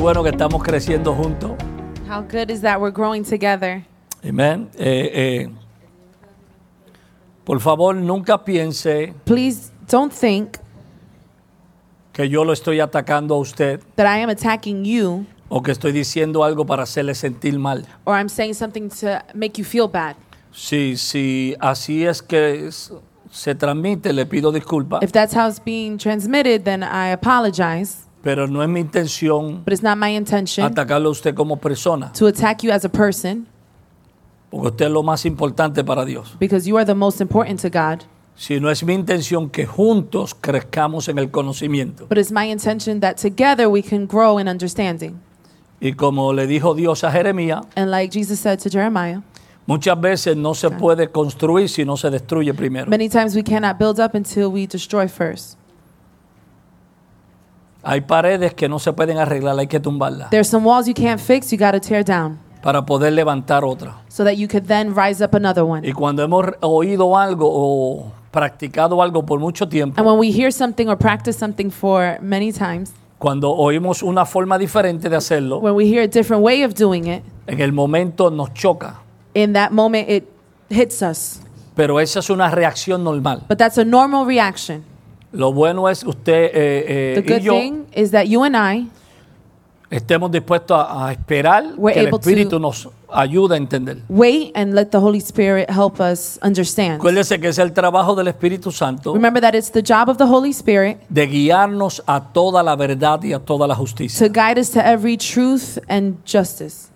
bueno que estamos creciendo juntos. How good is that we're growing together? Amén. Eh, eh, por favor, nunca piense Please don't think que yo lo estoy atacando a usted that I am attacking you o que estoy diciendo algo para hacerle sentir mal. or I'm saying something to make you feel bad. Si, si así es que es- se transmite, le pido disculpas, If that's how it's being transmitted, then I apologize. pero no es mi intención But it's not my intention atacarlo a usted como persona, to attack you as a person porque usted es lo más importante para Dios. because you are the most important to God. Sino es mi intención que juntos crezcamos en el conocimiento. But it's my intention that together we can grow in understanding. Y como le dijo Dios a Jeremías, And like Jesus said to Jeremiah, muchas veces no se puede construir si no se destruye primero. many times we cannot build up until we destroy first. Hay paredes que no se pueden arreglar, hay que tumbarlas There's some walls you can't fix, you got to tear down para poder levantar otra. so that you could then rise up another one. Y cuando hemos oído algo o practicado algo por mucho tiempo, And when we hear something or practice something for many times, Cuando oímos una forma diferente de hacerlo, when we hear a different way of doing it, en el momento nos choca, in that moment it hits us. pero esa es una reacción normal. But that's a normal reaction. Lo bueno es usted eh, eh, The y good yo thing is that you and I estemos dispuestos a, a esperar We're que el able to- Espíritu nos ayude a entender. wait and let the Holy Spirit help us understand. Acuérdese que es el trabajo del Espíritu Santo Remember that it's the job of the Holy Spirit de guiarnos a toda la verdad y a toda la justicia. to guide us to every truth and justice.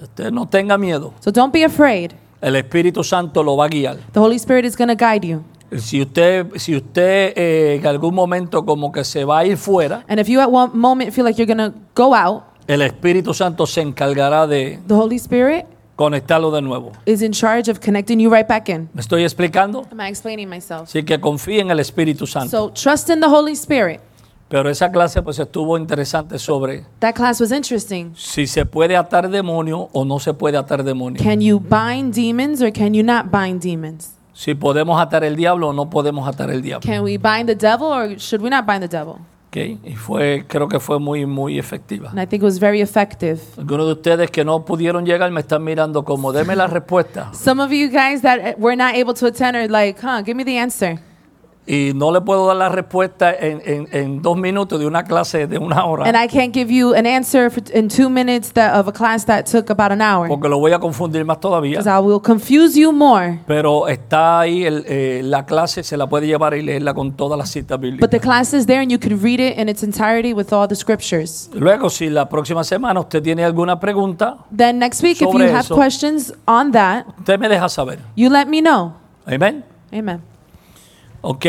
Usted no tenga miedo, So don't be afraid. el Espíritu Santo lo va a guiar. The Holy Spirit is going to guide you. Si usted, si usted eh, en algún momento como que se va a ir fuera, And if you at one moment feel like you're going to go out, el Espíritu Santo se encargará de the Holy Spirit conectarlo de nuevo. is in charge of connecting you right back in. ¿Me estoy explicando? Am I explaining myself? Así que confíe en el Espíritu Santo. So trust in the Holy Spirit. Pero esa clase pues estuvo interesante sobre That class was interesting. si se puede atar demonio o no se puede atar demonio. Can you bind demons or can you not bind demons? Si podemos atar el diablo o no podemos atar el diablo. Can we bind the devil or should we not bind the devil? Ok, Y fue, creo que fue muy, muy efectiva. And I think it was very effective. Algunos de ustedes que no pudieron llegar me están mirando como, deme la respuesta. Some of you guys that eh, were not able to attend are like, huh, give me the answer. Y no le puedo dar la respuesta en, en- en dos minutos de una clase de una And hora. I can't give you an answer for, in two minutes that, of a class that took about an hour Porque lo voy a confundir más todavía. because I will confuse you more. Pero está ahí el, eh, la clase, se la puede llevar y leerla con todas las citas bíblicas. But the class is there and you can read it in its entirety with all the scriptures. Luego, si la próxima semana usted tiene alguna pregunta, Then next week, if you Sobre have eso. questions on that, usted me deja saber. you let me know. Amén. Amen. Ok.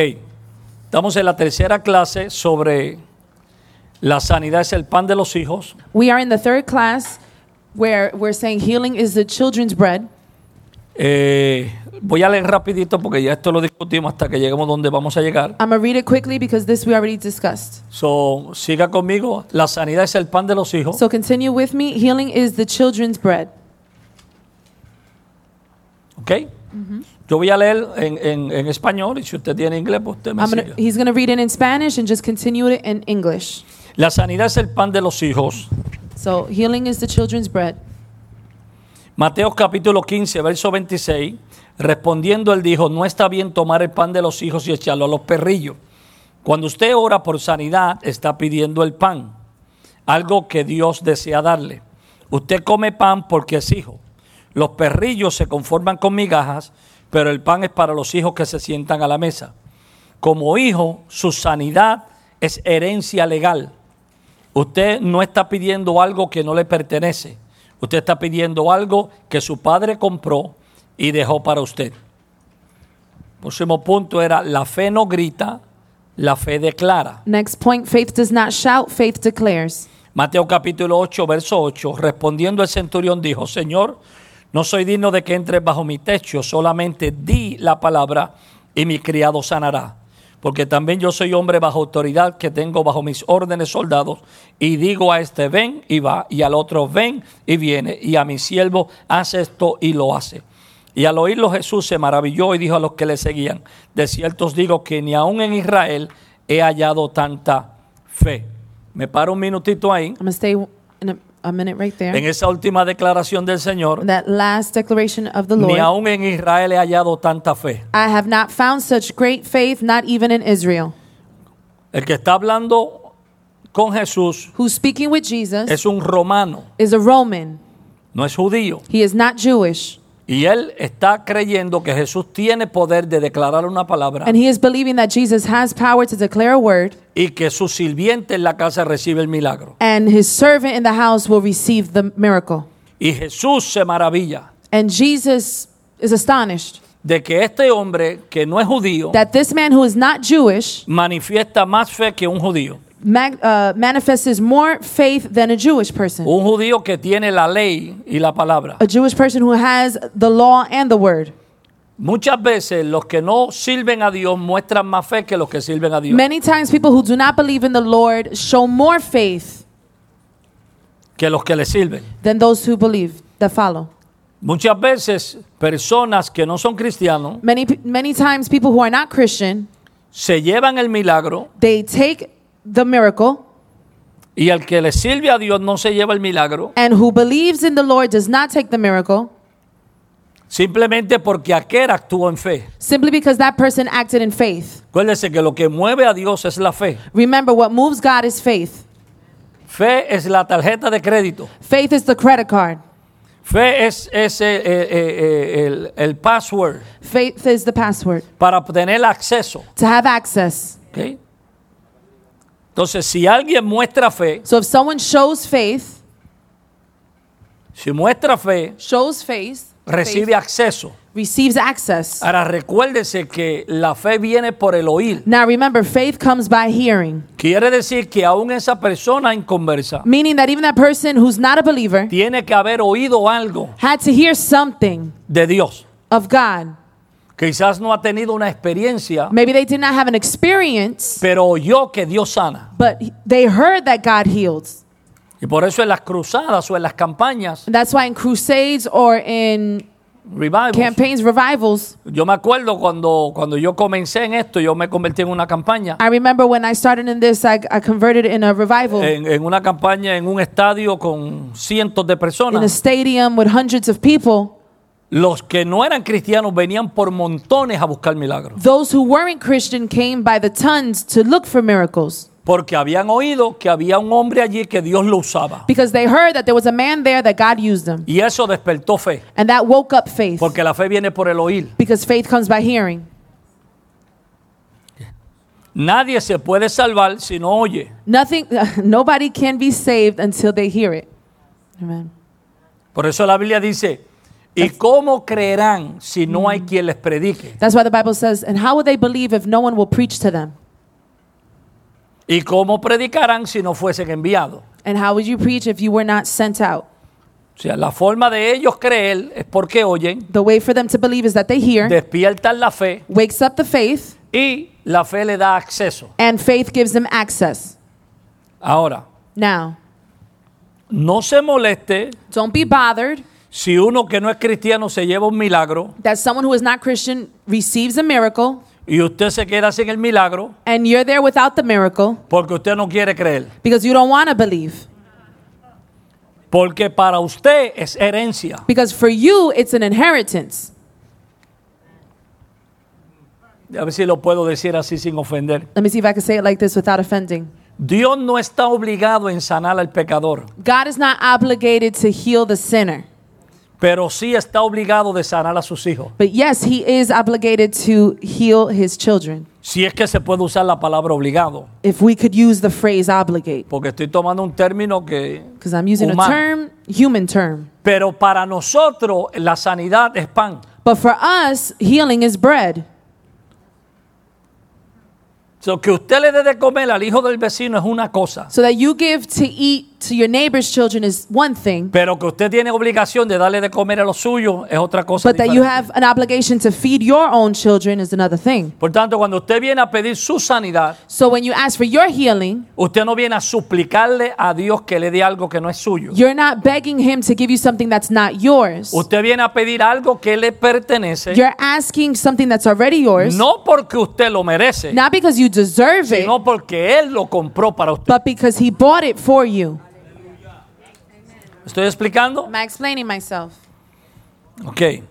Estamos en la tercera clase sobre la sanidad es el pan de los hijos. We are in the third class where we're saying healing is the children's bread. Eh, voy a leer rapidito porque ya esto lo discutimos hasta que lleguemos donde vamos a llegar. I'm going to read it quickly because this we already discussed. So, siga conmigo. La sanidad es el pan de los hijos. So continue with me. Healing is the children's bread. Ok. Yo voy a leer en, en- en español y si usted tiene inglés, pues usted me I'm sigue. gonna, he's going to read it in Spanish and just continue it in English. La sanidad es el pan de los hijos. So healing is the children's bread. Mateo capítulo 15, verso 26. Respondiendo él dijo, no está bien tomar el pan de los hijos y echarlo a los perrillos. Cuando usted ora por sanidad, está pidiendo el pan, algo que Dios desea darle. Usted come pan porque es hijo. Los perrillos se conforman con migajas, pero el pan es para los hijos que se sientan a la mesa. Como hijo, su sanidad es herencia legal. Usted no está pidiendo algo que no le pertenece. Usted está pidiendo algo que su padre compró y dejó para usted. Próximo punto era, la fe no grita, la fe declara. Next point faith does not shout, faith declares. Mateo capítulo 8, verso 8, respondiendo el centurión dijo, Señor, no soy digno de que entres bajo mi techo, solamente di la palabra y mi criado sanará. Porque también yo soy hombre bajo autoridad que tengo bajo mis órdenes soldados y digo a este ven y va y al otro ven y viene y a mi siervo hace esto y lo hace. Y al oírlo Jesús se maravilló y dijo a los que le seguían, de cierto os digo que ni aun en Israel he hallado tanta fe. Me paro un minutito ahí. I'm going to stay in a, a minute right there. En esa última declaración del Señor, that last declaration of the ni Lord. aún en Israel he hallado tanta fe. I have not found such great faith, not even in Israel. El que está hablando con Jesús Who's speaking with Jesus es un romano, is a Roman. no es judío. He is not Jewish. Y él está creyendo que Jesús tiene poder de declarar una palabra And he is believing that Jesus has power to declare a word, y que su sirviente en la casa recibe el milagro. and his servant in the house will receive the miracle. Y Jesús se maravilla And Jesus is astonished de que este hombre que no es judío that this man who is not Jewish manifiesta más fe que un judío. mag- uh, manifests more faith than a Jewish person, Un judío que tiene la ley y la palabra. a Jewish person who has the law and the word. Muchas veces los que no sirven a Dios muestran más fe que los que sirven a Dios. Many times, people who do not believe in the Lord show more faith que los que le sirven. than those who believe that follow. Muchas veces personas que no son cristianos Many, pe- many times, people who are not Christian, se llevan el milagro they take the miracle, y el que le sirve a Dios no se lleva el milagro and who believes in the Lord does not take the miracle simplemente porque aquel actuó en fe. simply because that person acted in faith. Acuérdese que lo que mueve a Dios es la fe. Remember, what moves God is faith. Fe es la tarjeta de crédito. Faith is the credit card. Fe es, es, eh, eh, eh, el, el password Faith is the password para obtener acceso. to have access. ¿ok? Entonces, si alguien muestra fe, So if someone shows faith, si muestra fe, shows faith, recibe faith, acceso. receives access. Ahora recuérdese que la fe viene por el oír. Now remember, faith comes by hearing, Quiere decir que aún esa persona inconversa meaning that even that person who's not a believer tiene que haber oído algo had to hear something de Dios. of God. Quizás no ha tenido una experiencia, Maybe they did not have an experience, pero oyó que Dios sana. but they heard that God heals. Y por eso en las cruzadas o en las campañas, And that's why in crusades or in revivals, campaigns, revivals, yo me acuerdo cuando, cuando yo comencé en esto, yo me convertí en una campaña, I remember when I started in this, I, I converted in a revival en, en una campaña en un estadio con cientos de in a personas. stadium with hundreds of people. Los que no eran cristianos venían por montones a buscar milagros. Those who weren't Christian came by the tons to look for miracles Porque habían oído que había un hombre allí que Dios lo usaba. because they heard that there was a man there that God used him. Y eso despertó fe. And that woke up faith Porque la fe viene por el oír. because faith comes by hearing. Nadie se puede salvar si no oye. Nothing, nobody can be saved until they hear it. Amen. Por eso la Biblia dice, ¿y cómo creerán si no hay quien les predique? That's why the Bible says, and how will they believe if no one will preach to them? ¿Y cómo predicarán si no fuesen enviados? And how would you preach if you were not sent out? O sea, la forma de ellos creer es porque oyen, The way for them to believe is that they hear, despiertan la fe wakes up the faith, y la fe le da acceso. and faith gives them access. Ahora, Now, no se moleste don't be bothered si uno que no es cristiano se lleva un milagro that someone who is not Christian receives a miracle y usted se queda sin el milagro and you're there without the miracle porque usted no quiere creer. because you don't want to believe. Porque para usted es herencia. Because for you, it's an inheritance. A ver si lo puedo decir así sin ofender. Let me see if I can say it like this without offending. Dios no está obligado en sanar al pecador, God is not obligated to heal the sinner, pero sí está obligado de sanar a sus hijos. but yes, He is obligated to heal His children. Si es que se puede usar la palabra obligado, If we could use the phrase obligate, porque estoy tomando un término que... because I'm using Humano. a term, human term. Pero para nosotros la sanidad es pan. But for us, healing is bread. So, que usted le dé de comer al hijo del vecino es una cosa, So that you give to eat to your neighbor's children is one thing, Pero que usted tiene obligación de darle de comer a los suyos es otra cosa. but that you diferente. have an obligation to feed your own children is another thing. Por tanto, cuando usted viene a pedir su sanidad, So when you ask for your healing, usted no viene a suplicarle a Dios que le dé algo que no es suyo. you're not begging him to give you something that's not yours. Usted viene a pedir algo que le pertenece, You're asking something that's already yours, no porque usted lo merece, not because you deserve it, sino porque Él lo compró para usted. but because he bought it for you. ¿Estoy explicando? Am I explaining myself? Ok.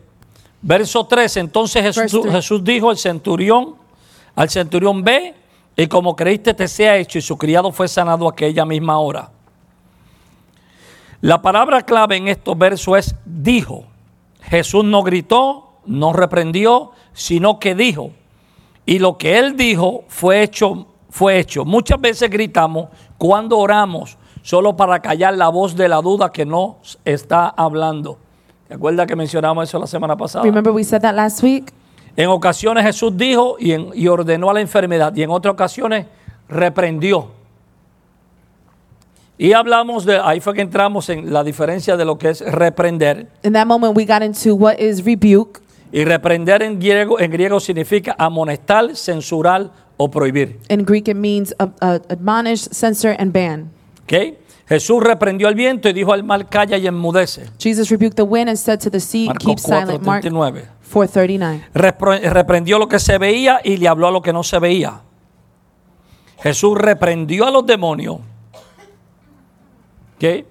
Verso 3. Entonces Verse Jesús, three. Jesús dijo al centurión, al centurión ve y como creíste te sea hecho y su criado fue sanado aquella misma hora. La palabra clave en estos versos es dijo. Jesús no gritó, no reprendió, sino que dijo. Y lo que él dijo fue hecho, fue hecho. Muchas veces gritamos cuando oramos solo para callar la voz de la duda que nos está hablando. ¿Te acuerdas que mencionamos eso la semana pasada? Remember we said that last week? En ocasiones Jesús dijo y, en- y ordenó a la enfermedad y en otras ocasiones reprendió. Y hablamos de, ahí fue que entramos en la diferencia de lo que es reprender. In that moment, we got into what is rebuke. Y reprender en griego, en griego significa amonestar, censurar o prohibir. In Greek, it means uh, uh, admonish, censor, and ban. ¿Ok? Jesús reprendió al viento y dijo al mar calla y enmudece. Jesus rebuked the wind and said to the sea, Keep Marcos silent. Mark 4:39. 439. Repro- Reprendió lo que se veía y le habló a lo que no se veía. Jesús reprendió a los demonios. ¿Ok?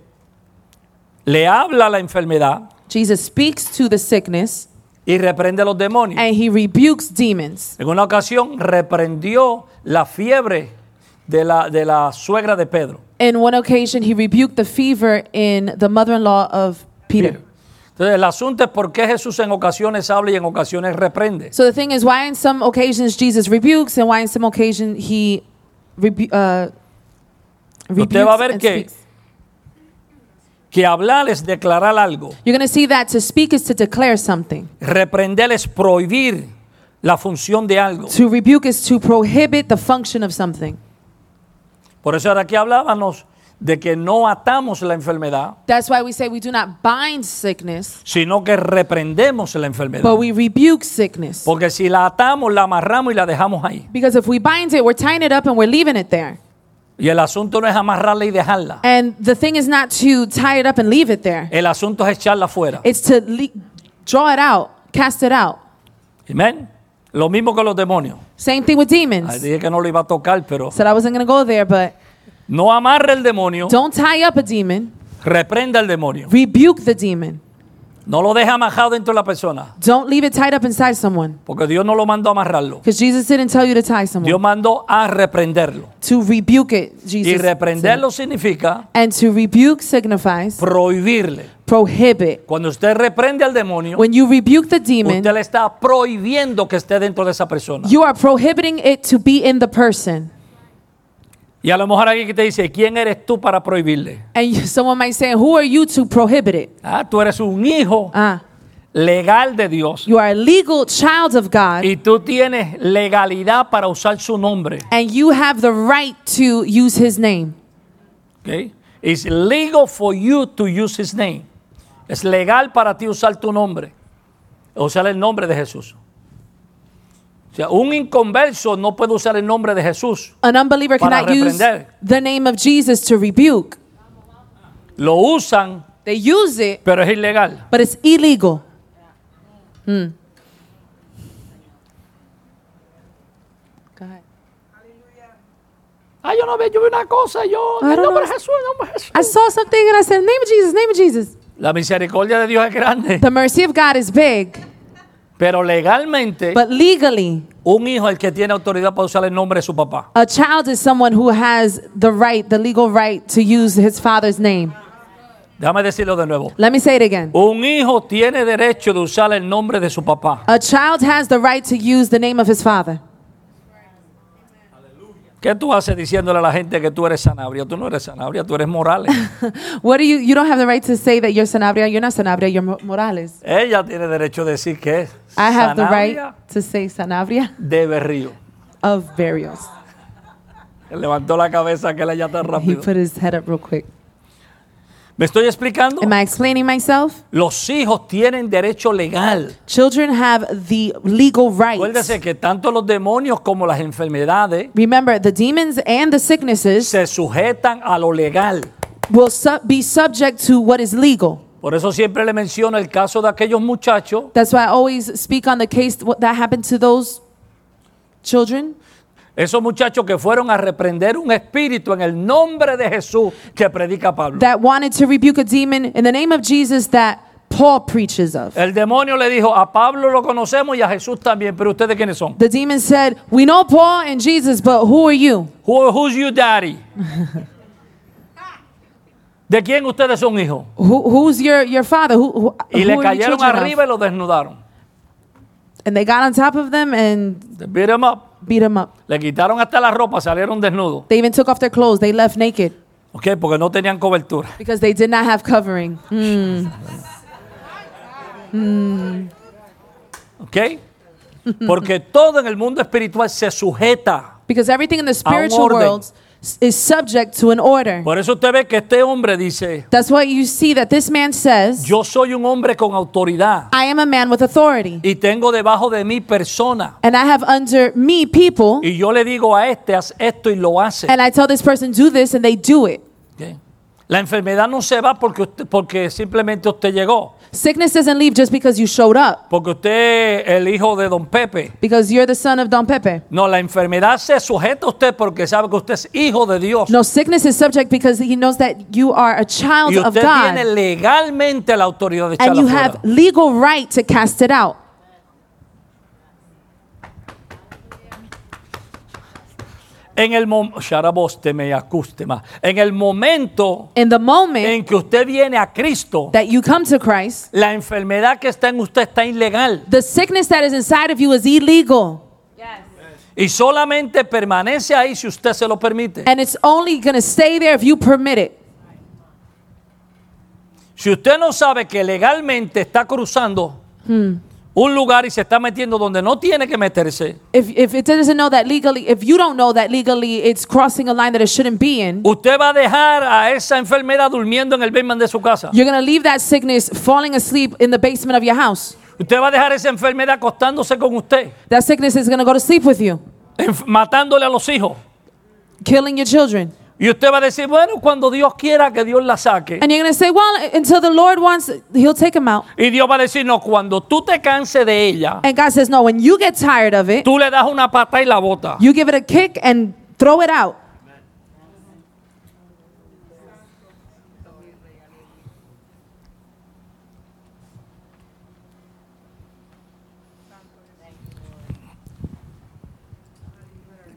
Le habla a la enfermedad Jesus speaks to the sickness y reprende a los demonios. and he rebukes demons. En una ocasión reprendió la fiebre de la, de la suegra de Pedro. In one occasion, he rebuked the fever in the mother in law of Peter. Entonces el asunto es por qué Jesús en ocasiones habla y en ocasiones reprende. So the thing is, why in some occasions Jesus rebukes and why in some occasion he rebu- uh, rebukes Usted va a ver and que- speaks. Que hablar es declarar algo. You're going to see that to speak is to declare something. Reprender es prohibir la función de algo. To rebuke is to prohibit the function of something. Por eso ahora aquí hablábamos de que no atamos la enfermedad, That's why we say we do not bind sickness, sino que reprendemos la enfermedad. but we rebuke sickness. Porque si la atamos, la amarramos y la dejamos ahí. Because if we bind it, we're tying it up and we're leaving it there. Y el asunto no es amarrarla y dejarla. And the thing is not to tie it up and leave it there. El asunto es echarla fuera. It's to le- draw it out, cast it out. Amén. Lo mismo que los demonios. Same thing with Ay, demons. dije que no lo iba a tocar, pero Said I wasn't going to go there, but no amarre el demonio, don't tie up a demon. reprenda al demonio. Rebuke the demon. No lo deje amarrado dentro de la persona, Don't leave it tied up inside someone. porque Dios no lo mandó a amarrarlo. Because Jesus didn't tell you to tie someone. Dios mandó a reprenderlo. To rebuke it, Y Jesus. said. reprenderlo significa And to rebuke signifies prohibirle. prohibit. Cuando usted reprende al demonio, When you rebuke the demon, usted le está prohibiendo que esté dentro de esa persona. you are prohibiting it to be in the person. Y a lo mejor alguien que te dice, ¿quién eres tú para prohibirle? And you, someone might say, Who are you to prohibit it? Ah, tú eres un hijo Ah, legal de Dios you are a legal child of God, y tú tienes legalidad para usar su nombre. and you have the right to use his name. Okay? It's legal for you to use his name. Es legal para ti usar tu nombre. Usar el nombre de Jesús. O sea, un inconverso no puede usar el nombre de Jesús. An unbeliever Para cannot use reprender. the name of Jesus to rebuke. Lo usan, They use it, pero es ilegal. but it's illegal. Hmm. Go ahead. Ah, yo no veo, yo vi una cosa, yo, I el don't nombre know. de Jesús, el nombre de Jesús. I saw something and I said, Name of Jesus, name of Jesus. La misericordia de Dios es grande, The mercy of God is big, pero legalmente but legally, un hijo es el que tiene autoridad para usar el nombre de su papá. a child is someone who has the right, the legal right to use his father's name. Déjame decirlo de nuevo. Let me say it again. Un hijo tiene derecho de usar el nombre de su papá. A child has the right to use the name of his father. ¿Qué tú haces diciéndole a la gente que tú eres Sanabria? Tú no eres Sanabria, tú eres Morales. What do you, you don't have the right to say that you're Sanabria, you're not Sanabria, you're Mo- Morales. Ella tiene derecho a decir que es I have the Sanabria right to say Sanabria de Berrío. of Barrios. Levantó la cabeza que ella ya está He rápido. put his head up real quick. ¿Me estoy explicando? Am I explaining myself? Los hijos tienen derecho legal. Children have the legal rights. Acuérdese que tanto los demonios como las enfermedades Remember, the demons and the sicknesses se sujetan a lo legal. will su- be subject to what is legal. Por eso siempre le menciono el caso de aquellos muchachos That's why I always speak on the case th- what that happened to those children. Esos muchachos que fueron a reprender un espíritu en el nombre de Jesús que predica Pablo. that wanted to rebuke a demon in the name of Jesus that Paul preaches of. El demonio le dijo, a Pablo lo conocemos y a Jesús también, pero ustedes quiénes son? The demon said, We know Paul and Jesus, but who are you? Who- who's your daddy? ¿De quién ustedes son hijos? Who, who's your, your father? Who, who, Y who le are you cayeron children of?" arriba y lo desnudaron. And they got on top of them and They beat 'em up. beat him up. Le quitaron hasta la ropa, salieron desnudos. They even took off their clothes. They left naked ¿Ok? Porque no tenían cobertura. because they did not have covering. Mm. ¿Ok? Porque todo en el mundo espiritual se sujeta. Because everything in the spiritual orden. world s- is subject to an order. Por eso usted ve que este hombre dice, That's why you see that this man says, yo soy un hombre con autoridad. I am a man with authority, y tengo debajo de mí persona. and I have under me people, Y yo le digo a este, haz esto y lo hace. and I tell this person, do this, and they do it. Ok. La enfermedad no se va porque, usted- porque simplemente usted llegó. Sickness doesn't leave just because you showed up, Porque usted el hijo de don Pepe. because you're the son of Don Pepe. No, la enfermedad se sujeta a usted porque sabe que usted es hijo de Dios. No, sickness is subject because he knows that you are a child y of usted tiene God legalmente la autoridad de and echarla you fuera. have legal right to cast it out. En el mom- Sharaboste me acuste más. En el momento In the moment en que usted viene a Cristo, that you come to Christ, la enfermedad que está en usted está ilegal. the sickness that is inside of you is illegal. Y solamente permanece ahí si usted se lo permite. And it's only going to stay there if you permit it. Si usted no sabe que legalmente está cruzando un lugar y se está metiendo donde no tiene que meterse, If, if it doesn't know that legally, if you don't know that legally it's crossing a line that it shouldn't be in, usted va a dejar a esa enfermedad durmiendo en el basement de su casa. you're going to leave that sickness falling asleep in the basement of your house. Usted va a dejar esa enfermedad acostándose con usted, That sickness is going to go to sleep with you, enf- matándole a los hijos. killing your children. Y usted va a decir, bueno, cuando Dios quiera que Dios la saque. And you're going to say, well, until the Lord wants, he'll take him out. Y Dios va a decir, no, cuando tú te canses de ella, And God says, no, when you get tired of it, tú le das una pata y la bota. you give it a kick and throw it out.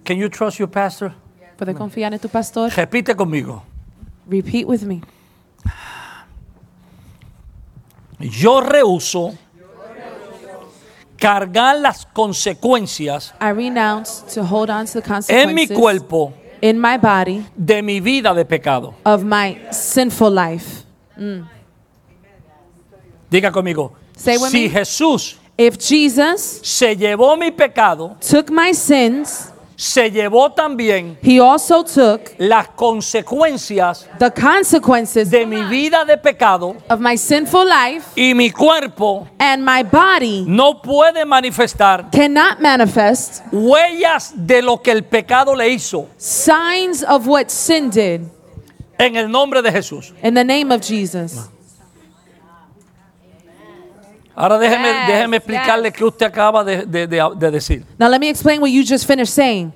Can you trust your pastor? Puede confiar en tu pastor? Repite conmigo. Repeat with me. Yo rehuso cargar las consecuencias I renounce to hold on to the consequences en mi cuerpo in my body de mi vida de pecado. of my sinful life. Diga conmigo, Say with si me. Jesús If Jesus se llevó mi pecado, took my sins, se llevó también he also took las consecuencias the consequences de mi vida de pecado of my sinful life, y mi cuerpo and my body no puede manifestar cannot manifest huellas de lo que el pecado le hizo signs of what sin did en el nombre de Jesús. in the name of Jesus. Ahora déjeme, Yes, déjeme explicarle yes. qué usted acaba de- de- de- de decir. Now, let me explain what you just finished saying.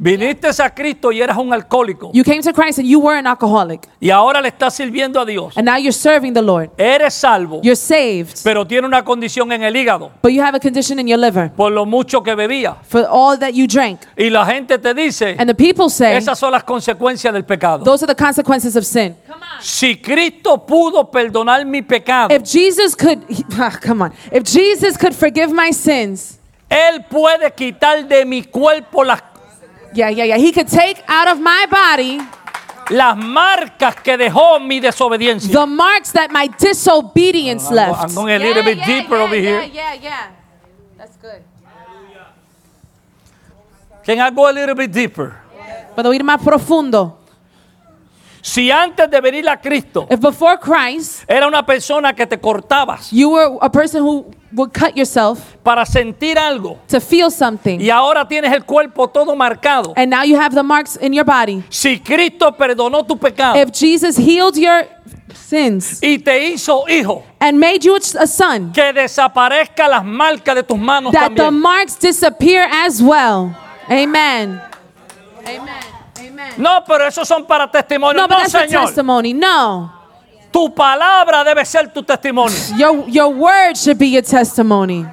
Viniste a Cristo y eras un alcohólico. You came to Christ and you were an alcoholic, Y ahora le estás sirviendo a Dios. and now you're serving the Lord. Eres salvo, You're saved, pero tiene una condición en el hígado but you have a condition in your liver por lo mucho que bebía. for all that you drank. Y la gente te dice, And the people say, esas son las consecuencias del pecado. those are the consequences of sin. Si Cristo pudo perdonar mi pecado, If Jesus could, ah, come on, if Jesus could forgive my sins, Él puede quitar de mi cuerpo las, yeah, yeah, yeah, he could take out of my body las marcas que dejó mi desobediencia. the marks that my disobedience I'm, I'm left. going a little bit deeper over here. yeah, yeah. That's good. Can I go a little bit deeper? Para ir más profundo. Si antes de venir a Cristo If before Christ, era una persona que te cortabas you were a person who would cut yourself para sentir algo to feel something, y ahora tienes el cuerpo todo marcado. and now you have the marks in your body. Si Cristo perdonó tu pecado If Jesus healed your sins y te hizo hijo, and made you a a son, que desaparezca las marcas de tus manos that the también. marks disappear as well. Amen. Amen. Amen. No, pero esos son para testimonio. No, but No, that's a Señor. testimony. No. Tu palabra debe ser tu testimonio. Your, your word should be your testimony.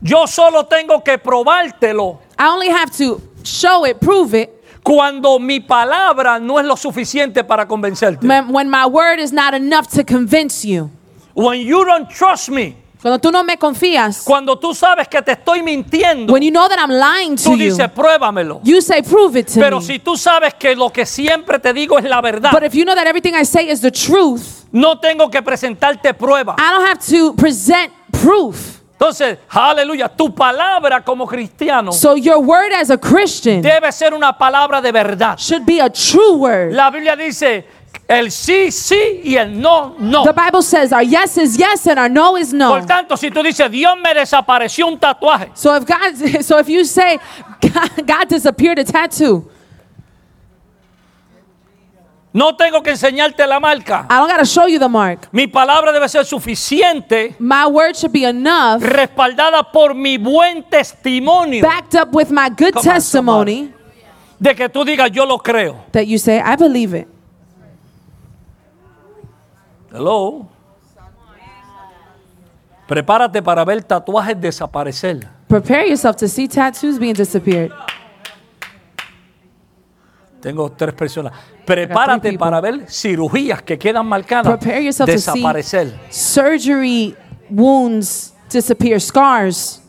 Yo solo tengo que probártelo I only have to show it, prove it, cuando mi palabra no es lo suficiente para convencerte. when when my word is not enough to convince you. When you don't trust me, Cuando tú no me confías, cuando tú sabes que te estoy mintiendo, when you know that I'm lying tú to you, dices, pruébamelo. you say, prove it to Pero me. si tú sabes que lo que siempre te digo es la verdad, But if you know that everything I say is the truth, no tengo que presentarte prueba. I don't have to present proof. Entonces, aleluya, tu palabra como cristiano So your word as a Christian debe ser una palabra de verdad. should be a true word. La Biblia dice, el sí, sí y el no, no. The Bible says our yes is yes and our no is Por no. tanto, si tú dices, Dios me desapareció un tatuaje, So if God, so if you say God, God disappeared a tattoo, no tengo que enseñarte la marca. I don't gotta show you the mark. Mi palabra debe ser suficiente, My word should be enough, respaldada por mi buen testimonio, backed up with my good Come on, testimony, de que tú digas, yo lo creo. that you say I believe it. Hello. Prepárate para ver tatuajes desaparecer. Prepare yourself to see tattoos being disappeared. Tengo tres personas. Prepárate people. para ver cirugías que quedan marcadas Prepare yourself to see desaparecer. surgery wounds disappear, scars.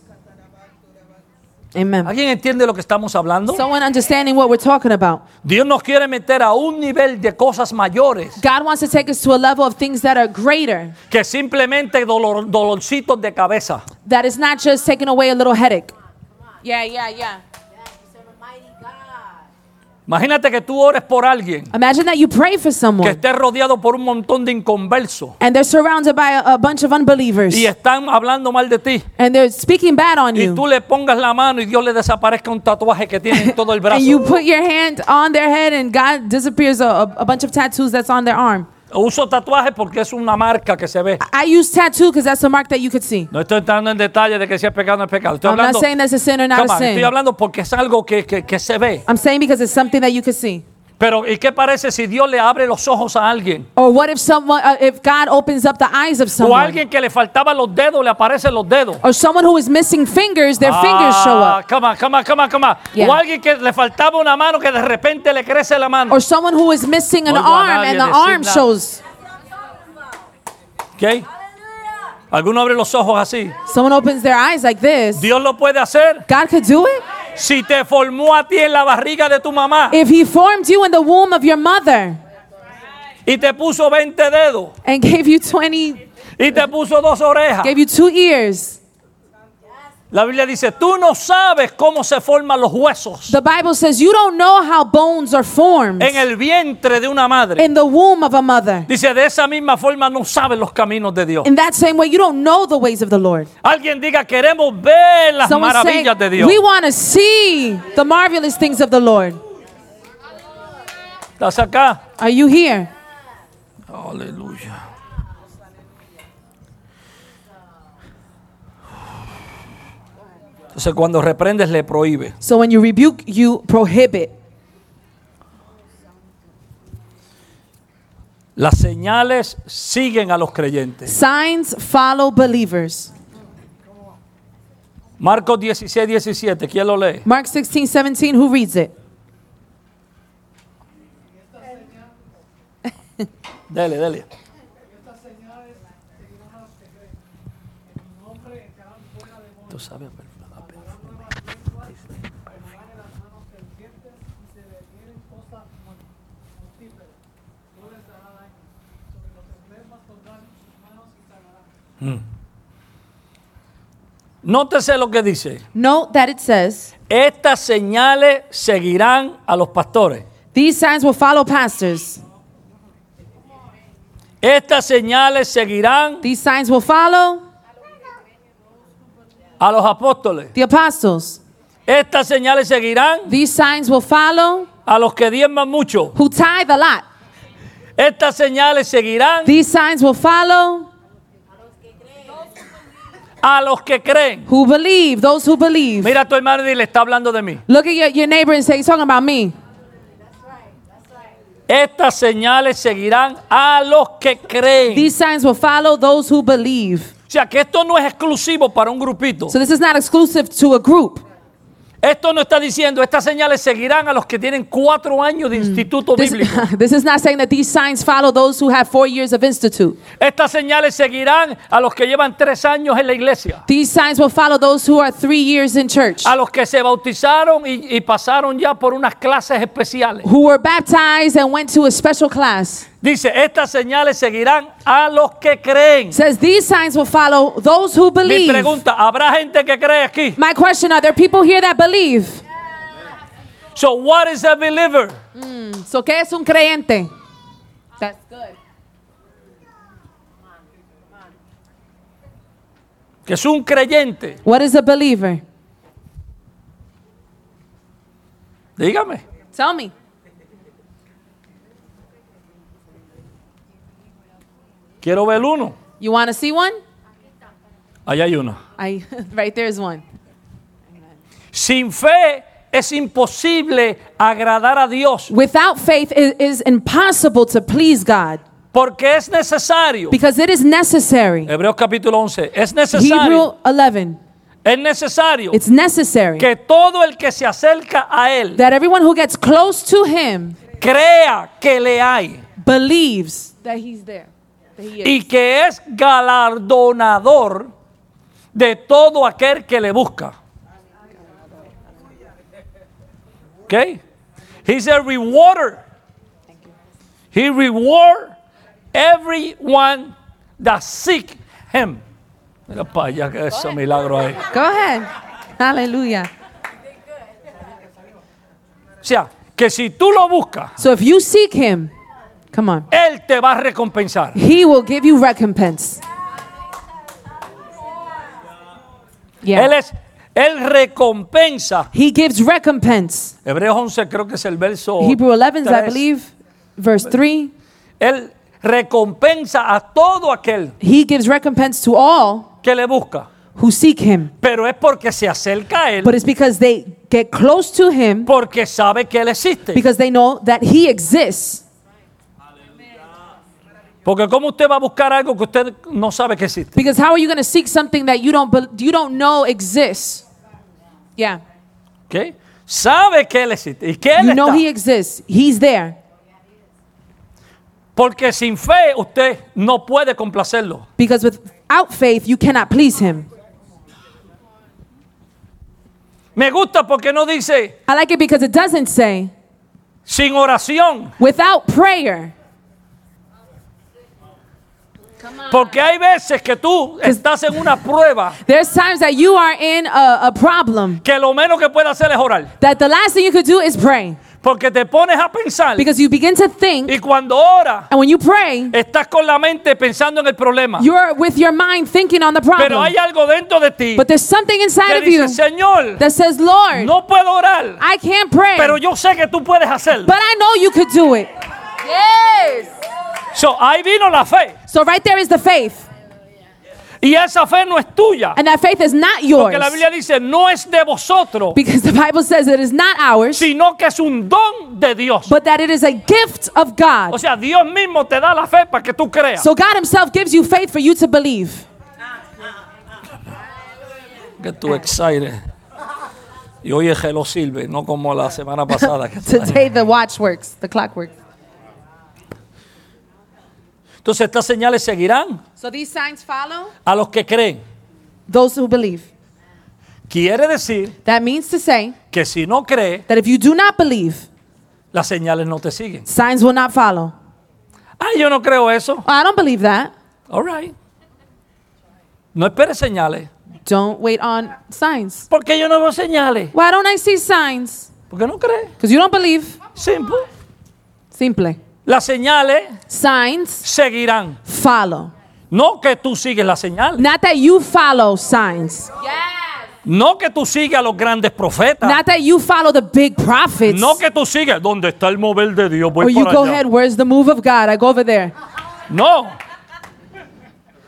Amen. ¿Alguien entiende lo que estamos hablando? Someone understanding what we're talking about. Dios nos quiere meter a un nivel de cosas mayores God wants to take us to a level of things that are greater. que simplemente dolor- dolorcitos de cabeza. That is not just taking away a little headache. Yeah, yeah, yeah. Imagínate que tú ores por alguien Imagine that you pray for que someone esté rodeado por un montón de inconversos and they're surrounded by a, a bunch of unbelievers y están hablando mal de ti. and they're speaking bad on Y tú you. le pongas la mano y Dios le desaparezca un tatuaje que tiene en todo el brazo. And you put your hand on their head and God disappears a, a, a bunch of tattoos that's on their arm. Uso tatuaje porque es una marca que se ve. I use tattoo because that's a mark that you could see. No estoy entrando en detalle de que si es pecado o no es pecado. Estoy I'm not hablando, saying that's a sin or not Come a on, estoy sin. hablando porque es algo que, que- que se ve. I'm saying because it's something that you could see. Pero ¿y qué parece si Dios le abre los ojos a alguien? Or what if someone, uh, if God opens up the eyes O of a someone, alguien que le faltaban los dedos, le aparecen los dedos. or someone who is missing fingers, their fingers show Ah, up, Come on, come on, come on, come on. Yeah. O alguien que le faltaba una mano que de repente le crece la mano. or someone who is missing an Oigo a arm nadie and the decir arm nada. shows. ¿Ok? Alguno abre los ojos así. Someone opens their eyes like this. Dios lo puede hacer God could do it. si te formó a ti en la barriga de tu mamá If He formed you in the womb of your mother y te puso 20 dedos and gave you 20, y te puso dos orejas. gave you two ears. La Biblia dice, tú no sabes cómo se forman los huesos The Bible says you don't know how bones are formed en el vientre de una madre. in the womb of a mother. Dice, de esa misma forma no sabes los caminos de Dios. In that same way, you don't know the ways of the Lord. Alguien diga, queremos ver las Someone say, maravillas de Dios. We want to see the marvelous things of the Lord. ¿Estás acá? Are you here? Aleluya. Entonces cuando reprendes le prohíbe. So when you rebuke, you prohibit. Las señales siguen a los creyentes. Signs follow believers. Marcos 16, 17, ¿quién lo lee? Mark 16, 17, who reads it? Dele, dele. Tú sabes, pero- Mm. Nótese lo que dice. Note that it says, Estas señales seguirán a los pastores. These signs will follow pastors. Estas señales seguirán These signs will follow a los apóstoles. the apostles. Estas señales seguirán These signs will follow a los que diezman mucho. who tithe a lot. Estas señales seguirán These signs will follow a los que creen. who believe, those who believe. Mira a tu hermano y le está hablando de mí. Look at your, your neighbor and say, He's talking about me. Estas señales seguirán a los que creen. These signs will follow those who believe. O sea que esto no es exclusivo para un grupito. So this is not exclusive to a group. Esto no está diciendo, estas señales seguirán a los que tienen cuatro años de instituto This, bíblico. this is not saying that these signs follow those who have four years of institute. Estas señales seguirán a los que llevan tres años en la iglesia. These signs will follow those who are three years in church, A los que se bautizaron y, y pasaron ya por unas clases especiales. who were baptized and went to a special class. Dice, estas señales seguirán a los que creen. says these signs will follow those who Mi believe. pregunta, ¿habrá gente que cree aquí? My question are there people here that believe? So what is a believer? So que es un creyente? That's good. Que es un creyente. What is a believer? Dígame. Tell me. Quiero ver uno. You want to see one? Allá hay uno. I right there is one. Sin fe es imposible agradar a Dios Without faith it is impossible to please God porque es necesario. because it is necessary. Hebreos capítulo 11. Es Hebrew necesario. 11. Es necesario It's necessary que todo el que se acerca a Él that everyone who gets close to him crea que le hay believes that he's there. That he is. y que es galardonador de todo aquel que le busca. Okay? He's a rewarder. He reward everyone that seek him. Mira para allá que ese milagro ahí. Go ahead. Hallelujah. O sea, que si tú lo buscas, So if you seek him, come on. él te va a recompensar. He will give you recompense. Él Yeah. es él recompensa. He gives recompense. Hebreos 11 creo que es el verso Hebrew 11, I tres. believe, verse 3. Él recompensa a todo aquel He gives recompense to all que le busca. who seek him. Pero es porque se acerca a él, But it's because they get close to him porque sabe que él existe. because they know that he exists. Porque cómo usted va a buscar algo que usted no sabe que existe. Because how are you going to seek something that you don't bel- you don't know exists? Yeah. ¿ok? Sabe que él existe y que él You know está. he exists. He's there. Porque sin fe usted no puede complacerlo. Because without faith you cannot please him. Me gusta porque no dice I like it because it doesn't say sin oración, without prayer. porque hay veces que tú estás en una prueba There's times that you are in a, a problem que lo menos que puede hacer es orar, that the last thing you could do is pray porque te pones a pensar because you begin to think, y cuando oras and when you pray, estás con la mente pensando en el problema. you're with your mind thinking on the Pero hay problem. algo dentro de ti But there's something inside que of you dice, Señor, that says, Lord, no puedo orar, I can't pray, pero yo sé que tú puedes hacerlo. but I know you could do it. Yes. So, ahí vino la fe. So right there is the faith, Y esa fe no es tuya. and that faith is not yours Porque la Biblia dice, no es de vosotros, because the Bible says it is not ours, sino que es un don de Dios. but that it is a gift of O God. sea, Dios mismo te da la fe para que tú creas. So God Himself gives you faith for you to believe. que tú exaires. Y hoy es Hello Silve, no como la semana pasada. que- Today the watch works, the clock works. Entonces estas señales seguirán So these signs follow a los que creen. those who believe. Quiere decir That means to say que si no cree, that if you do not believe, las señales no te siguen. signs will not follow. Ah, yo no creo eso. Oh, I don't believe that. All right. No esperes señales. Don't wait on signs. ¿Por qué yo no veo señales? Why don't I see signs? Porque no cree. Because you don't believe. Simple. Simple. Las señales Signs seguirán. follow. No que tú sigues las señales. Not that you follow signs. No que tú sigas a los grandes profetas. Not that you follow the big prophets. No que tú sigas donde está el mover de Dios. Or Voy you para go allá. ahead, where's the move of God? I go over there. No.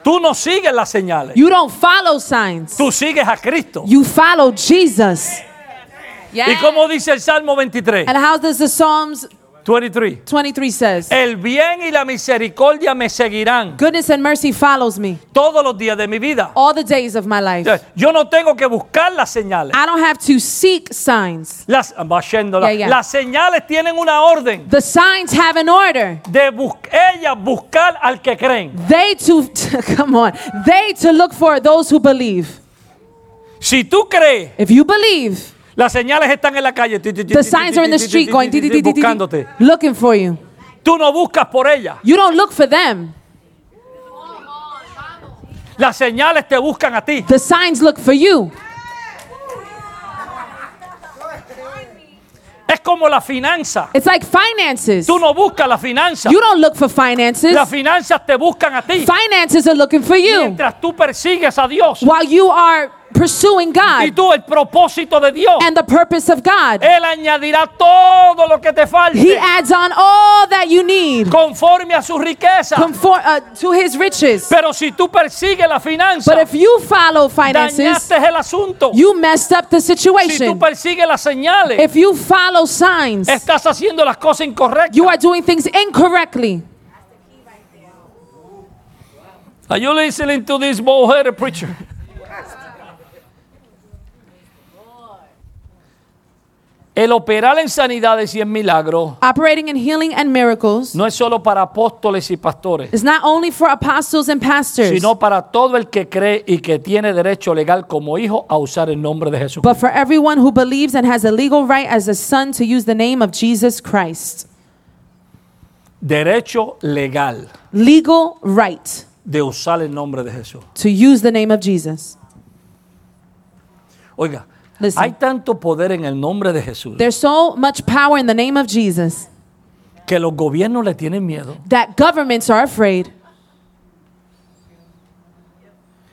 Tú no sigues las señales. You don't follow signs. Tú sigues a Cristo. You follow Jesus. ¿Y cómo dice el Salmo 23? And how does the Psalms 23. 23 says? El bien y la misericordia me seguirán Goodness and mercy follows me todos los días de mi vida. all the days of my life. Entonces, Yo no tengo que buscar las señales. I don't have to seek signs. Las, va yéndola. Ya, ya. Las señales tienen una orden The signs have an order. de bus- ellas buscar al que creen. They to come on. They to look for those who believe. Si tú crees, If you believe, las señales están en la calle. ti, ti, ti, the ti, signs ti, are in the ti, ti, street ti, going ti, dee, ti, dee, dee, dee, dee, buscándote. looking for you. Tú no buscas por ellas. You don't look for them. Las señales te buscan a ti. The signs look for you. Es como la finanza. It's like finances. Tú no buscas la finanza. You don't look for finances. Las finanzas te buscan a ti. Finances are looking for you Mientras tú persigues a Dios while you are pursuing y God tú el propósito de Dios, and the purpose of God. Él añadirá todo lo que te He falte adds on all that you need conforme a su riqueza. conform, uh, to his riches. Pero si tú persigues la finanza, But if you follow finances, dañaste el asunto. you messed up the Si tú situation. persigues las señales, If you follow signs, estás haciendo las cosas incorrectas. you are doing things incorrectly. Are you listening to this bald-headed preacher? El operar en sanidades y en milagros Operating in healing and miracles no es solo para apóstoles y pastores, is not only for apostles and pastors, sino para todo el que cree y que tiene derecho legal como hijo a usar el nombre de Jesús. but for everyone who believes and has a legal right as a son to use the name of Jesus Christ. Derecho legal Legal right de usar el nombre de Jesús. to use the name of Jesus. Oiga, Listen. hay tanto poder en el nombre de Jesús There's so much power in the name of Jesus que los gobiernos le tienen miedo that governments are afraid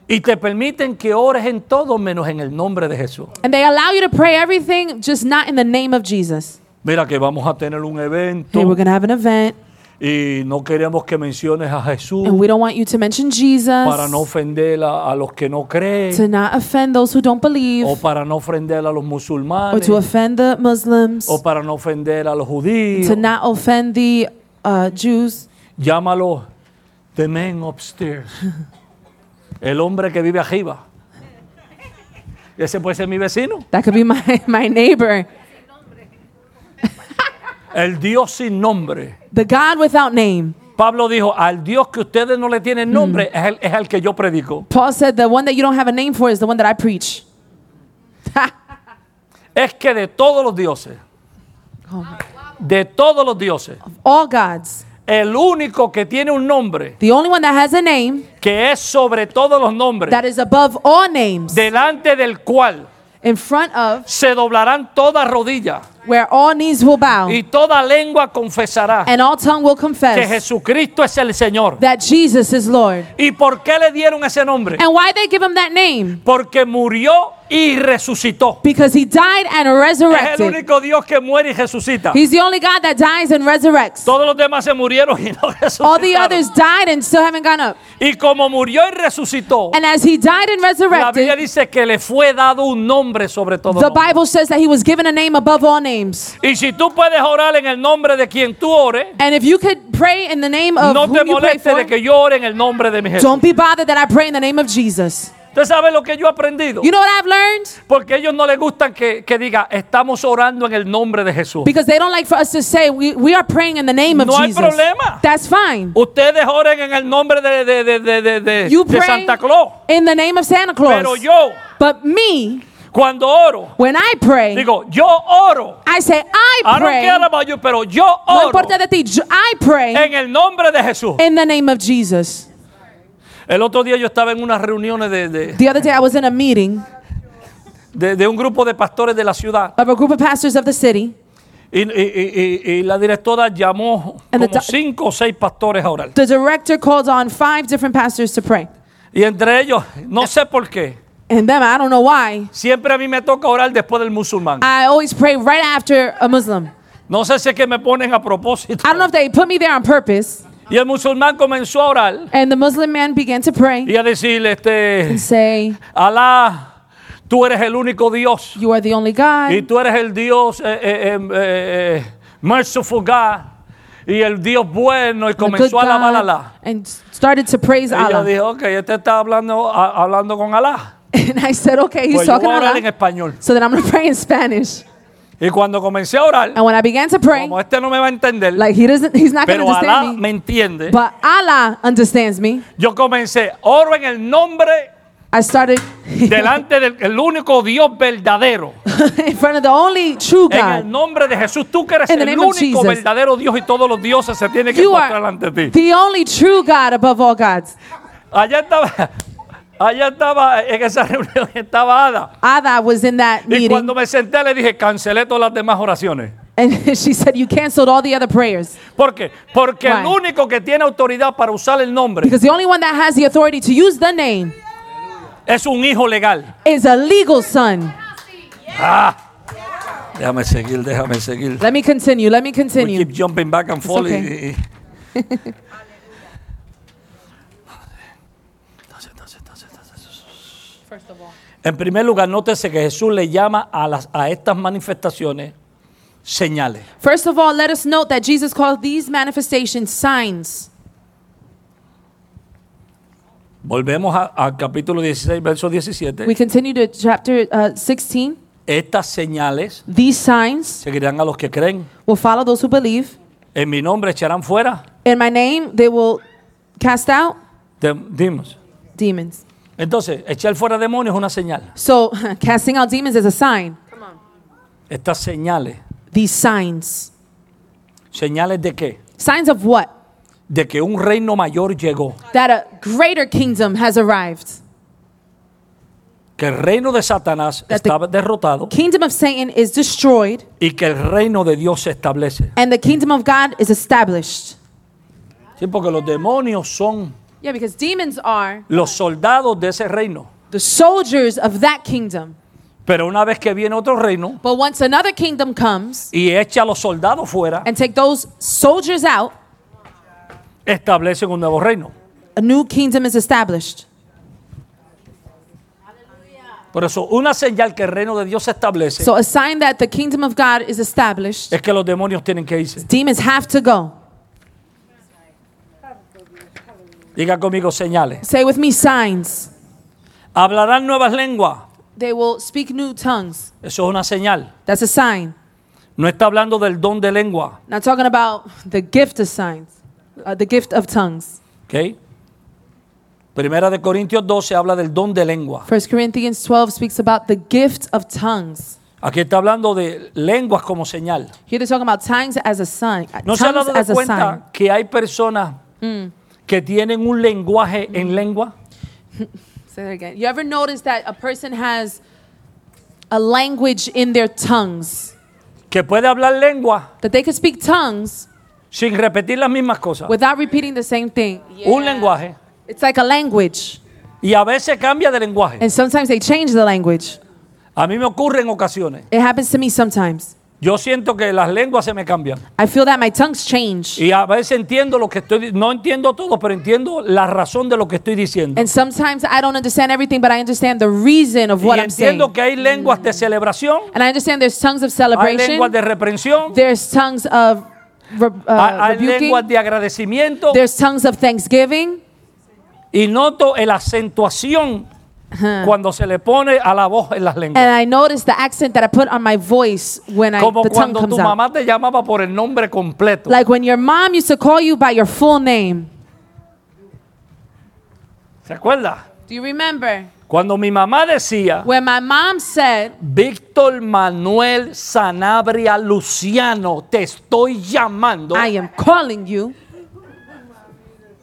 y te permiten que ores en todo menos en el nombre de Jesús. and they allow you to pray everything just not in the name of Jesus. Mira que vamos a tener un evento Hey, we're going to have an event y no queremos que menciones a Jesús and we don't want you to mention Jesus para no ofender a, a los que no creen to not offend those who don't believe o para no ofender a los or musulmanes to offend the Muslims, o para no ofender a los to judíos. not offend the uh, Jews. Llámalo the man upstairs, el hombre que vive arriba. Ese puede ser mi vecino. That could be my, my neighbor. El Dios sin nombre. The God without name. Pablo dijo, al Dios que ustedes no le Mm. tienen nombre es, el, es al que yo predico. Paul said, The one that you don't have a name for is the one that I preach. Es que de todos los dioses, Oh. de todos los dioses, All gods. el único que tiene un nombre The only one that has a name que es sobre todos los nombres, that is above all names, delante del cual in front of se doblarán todas rodillas where all knees will bow y toda lengua confesará and all tongue will que confess Jesucristo es el Señor. that Jesus is Lord. ¿Y por qué le dieron ese nombre? And why they give him that name? Porque murió y resucitó. Because he died and Es el resurrected. único Dios que muere y resucita. He's the only God that dies and resurrects. Todos los demás se murieron y no All the others resucitaron. died and still haven't gone up. Y como murió y resucitó, And as he died and la Biblia resurrected, dice que le fue dado un nombre sobre todo. the nombre. Bible says that he was given a name above all names. Y si tú puedes orar en el nombre de quien tú ores, And if you could pray in the name of no te whom you pray molestes de for, que yo ore en el nombre de mi Jesús. don't be bothered that I pray in the name of Jesus. Usted sabe lo que yo he aprendido. You know what I've learned? Porque ellos no les gustan que, que diga, estamos orando en el nombre de Jesús. Because they don't like for us to say we, we are praying in the name of No hay Jesus. problema. That's fine. Ustedes oren en el nombre de, de, de, de, de, de- You de pray Santa Claus. in the name of Santa Claus. Pero yo, but me, cuando oro, when I pray, digo, yo oro. I say I I don't pray. care about you, pero yo No oro importa de ti, yo- I pray en el nombre de Jesús. in the name of Jesus. El otro día yo estaba en unas reuniones de, de- The other day I was in a meeting de- de un grupo de pastores de la ciudad of a group of pastors of the city. y, y- y- y- y la directora llamó And the como di- cinco o seis pastores a orar. The director called on five different pastors to pray. Y entre ellos, no sé por qué, And them, I don't know why, siempre a mí me toca orar después del musulmán. I always pray right after a Muslim. No sé si es que me ponen a propósito. I don't know if they put me there on purpose. Y el musulmán comenzó a orar And the Muslim man began to pray y a decirle, este, and say, Alá, tú eres el único Dios You are the only y God. tú eres el Dios eh, eh, eh, eh, merciful God y el Dios bueno y the good comenzó a alabar a God, Alá. and started to praise Y yo Allah. dije, ok, este está hablando, a- hablando con Alá. And I said, Okay, he's Pues yo talking voy a about orar en Allah. español. So then I'm going to pray in Spanish. Y cuando comencé a orar, And when I began to pray, como este no me va a entender, like he doesn't, he's not going to pero Alá understand me me. entiende, But Allah understands me. yo comencé, oro en el nombre I started delante del el único Dios verdadero. in front of the only true En el God. nombre de Jesús, tú que eres In the el name of único Jesus. verdadero Dios y todos los dioses se tienen que You encontrar are ante ti. the only true God above all gods. Allá estaba, allá estaba, en esa reunión estaba Ada. Ada was in that Y meeting, cuando me senté le dije, cancelé todas las demás oraciones. and she said, "You canceled all the other prayers ¿Por qué? Porque el Why? único que tiene autoridad para usar el nombre because the only one that has the authority to use the name es un hijo legal. is a legal son." Ah. Déjame seguir, déjame seguir. Let me continue. Let me We continue. keep jumping back and forth. y- okay. y- Entonces, entonces, entonces, entonces. En primer lugar, nótese que Jesús le llama a, las, a estas manifestaciones señales. First of all, let us note that Jesus called these manifestations signs. Volvemos a- al capítulo 16, verso 17. We continue to chapter uh, 16. Estas señales These signs seguirán a los que creen. will follow those who believe. En mi nombre echarán fuera. In my name, they will cast out dem- demons. demons. Entonces, echar fuera demonios es una señal. So, casting out demons is a sign. Estas señales. These signs. ¿Señales de qué? Signs of what? De que un reino mayor llegó. That a greater kingdom has arrived. que el reino de Satanás That the- está derrotado Kingdom of Satan is destroyed y que el reino de Dios se establece. and the kingdom of God is established. Sí, porque los demonios son Yeah, because demons are los soldados de ese reino. the soldiers of that kingdom. Pero una vez que viene otro reino But once another kingdom comes y echa a los soldados fuera, and take those soldiers out, establecen un nuevo reino. a new kingdom is established. Por eso, una señal que el reino de Dios se establece So a sign that the kingdom of God is established, es que los demonios tienen que irse. demons have to go. Diga conmigo señales. Say with me signs. Hablarán nuevas lenguas. They will speak new tongues. Eso es una señal. That's a sign. No está hablando del don de lengua. Not talking about the gift of signs, uh, the gift of tongues. ¿ok? Primera de Corintios 12 habla del don de lengua. 1 Corinthians 12 speaks about the gift of tongues. Aquí está hablando de lenguas como señal. Here they're talking about tongues as a sign. uh, ¿No se ha tongues dado as a sign. Mm. cuenta que hay personas que tienen un lenguaje en lengua? Say that again. You ever notice that a person has a language in their tongues? Que puede hablar lengua That they could speak tongues sin repetir las mismas cosas. without repeating the same thing. Un lenguaje. It's like a language. Y a veces cambia de lenguaje. And sometimes they change the language. A mí me ocurre en ocasiones. It happens to me sometimes. Yo siento que las lenguas se me cambian. I feel that my tongues change. Y a veces entiendo lo que estoy di- No entiendo todo, pero entiendo la razón de lo que estoy diciendo. And sometimes I don't understand everything, but I understand the reason of Y what I'm saying. entiendo que hay lenguas de celebración, And I understand there's tongues of hay celebration, lenguas de reprensión, there's tongues of re- uh, hay, hay lenguas rebuking, de agradecimiento. there's tongues of thanksgiving. Y noto la acentuación cuando se le pone a la voz en las lenguas. Uh-huh. And I noticed the accent that I put on my voice when I, Como the tongue cuando comes tu out. mamá te llamaba por el nombre completo. Like when your mom used to call you by your full name. ¿Se acuerda? Do you remember Cuando mi mamá decía, when my mom said, Víctor Manuel Sanabria Luciano, te estoy llamando. I am calling you?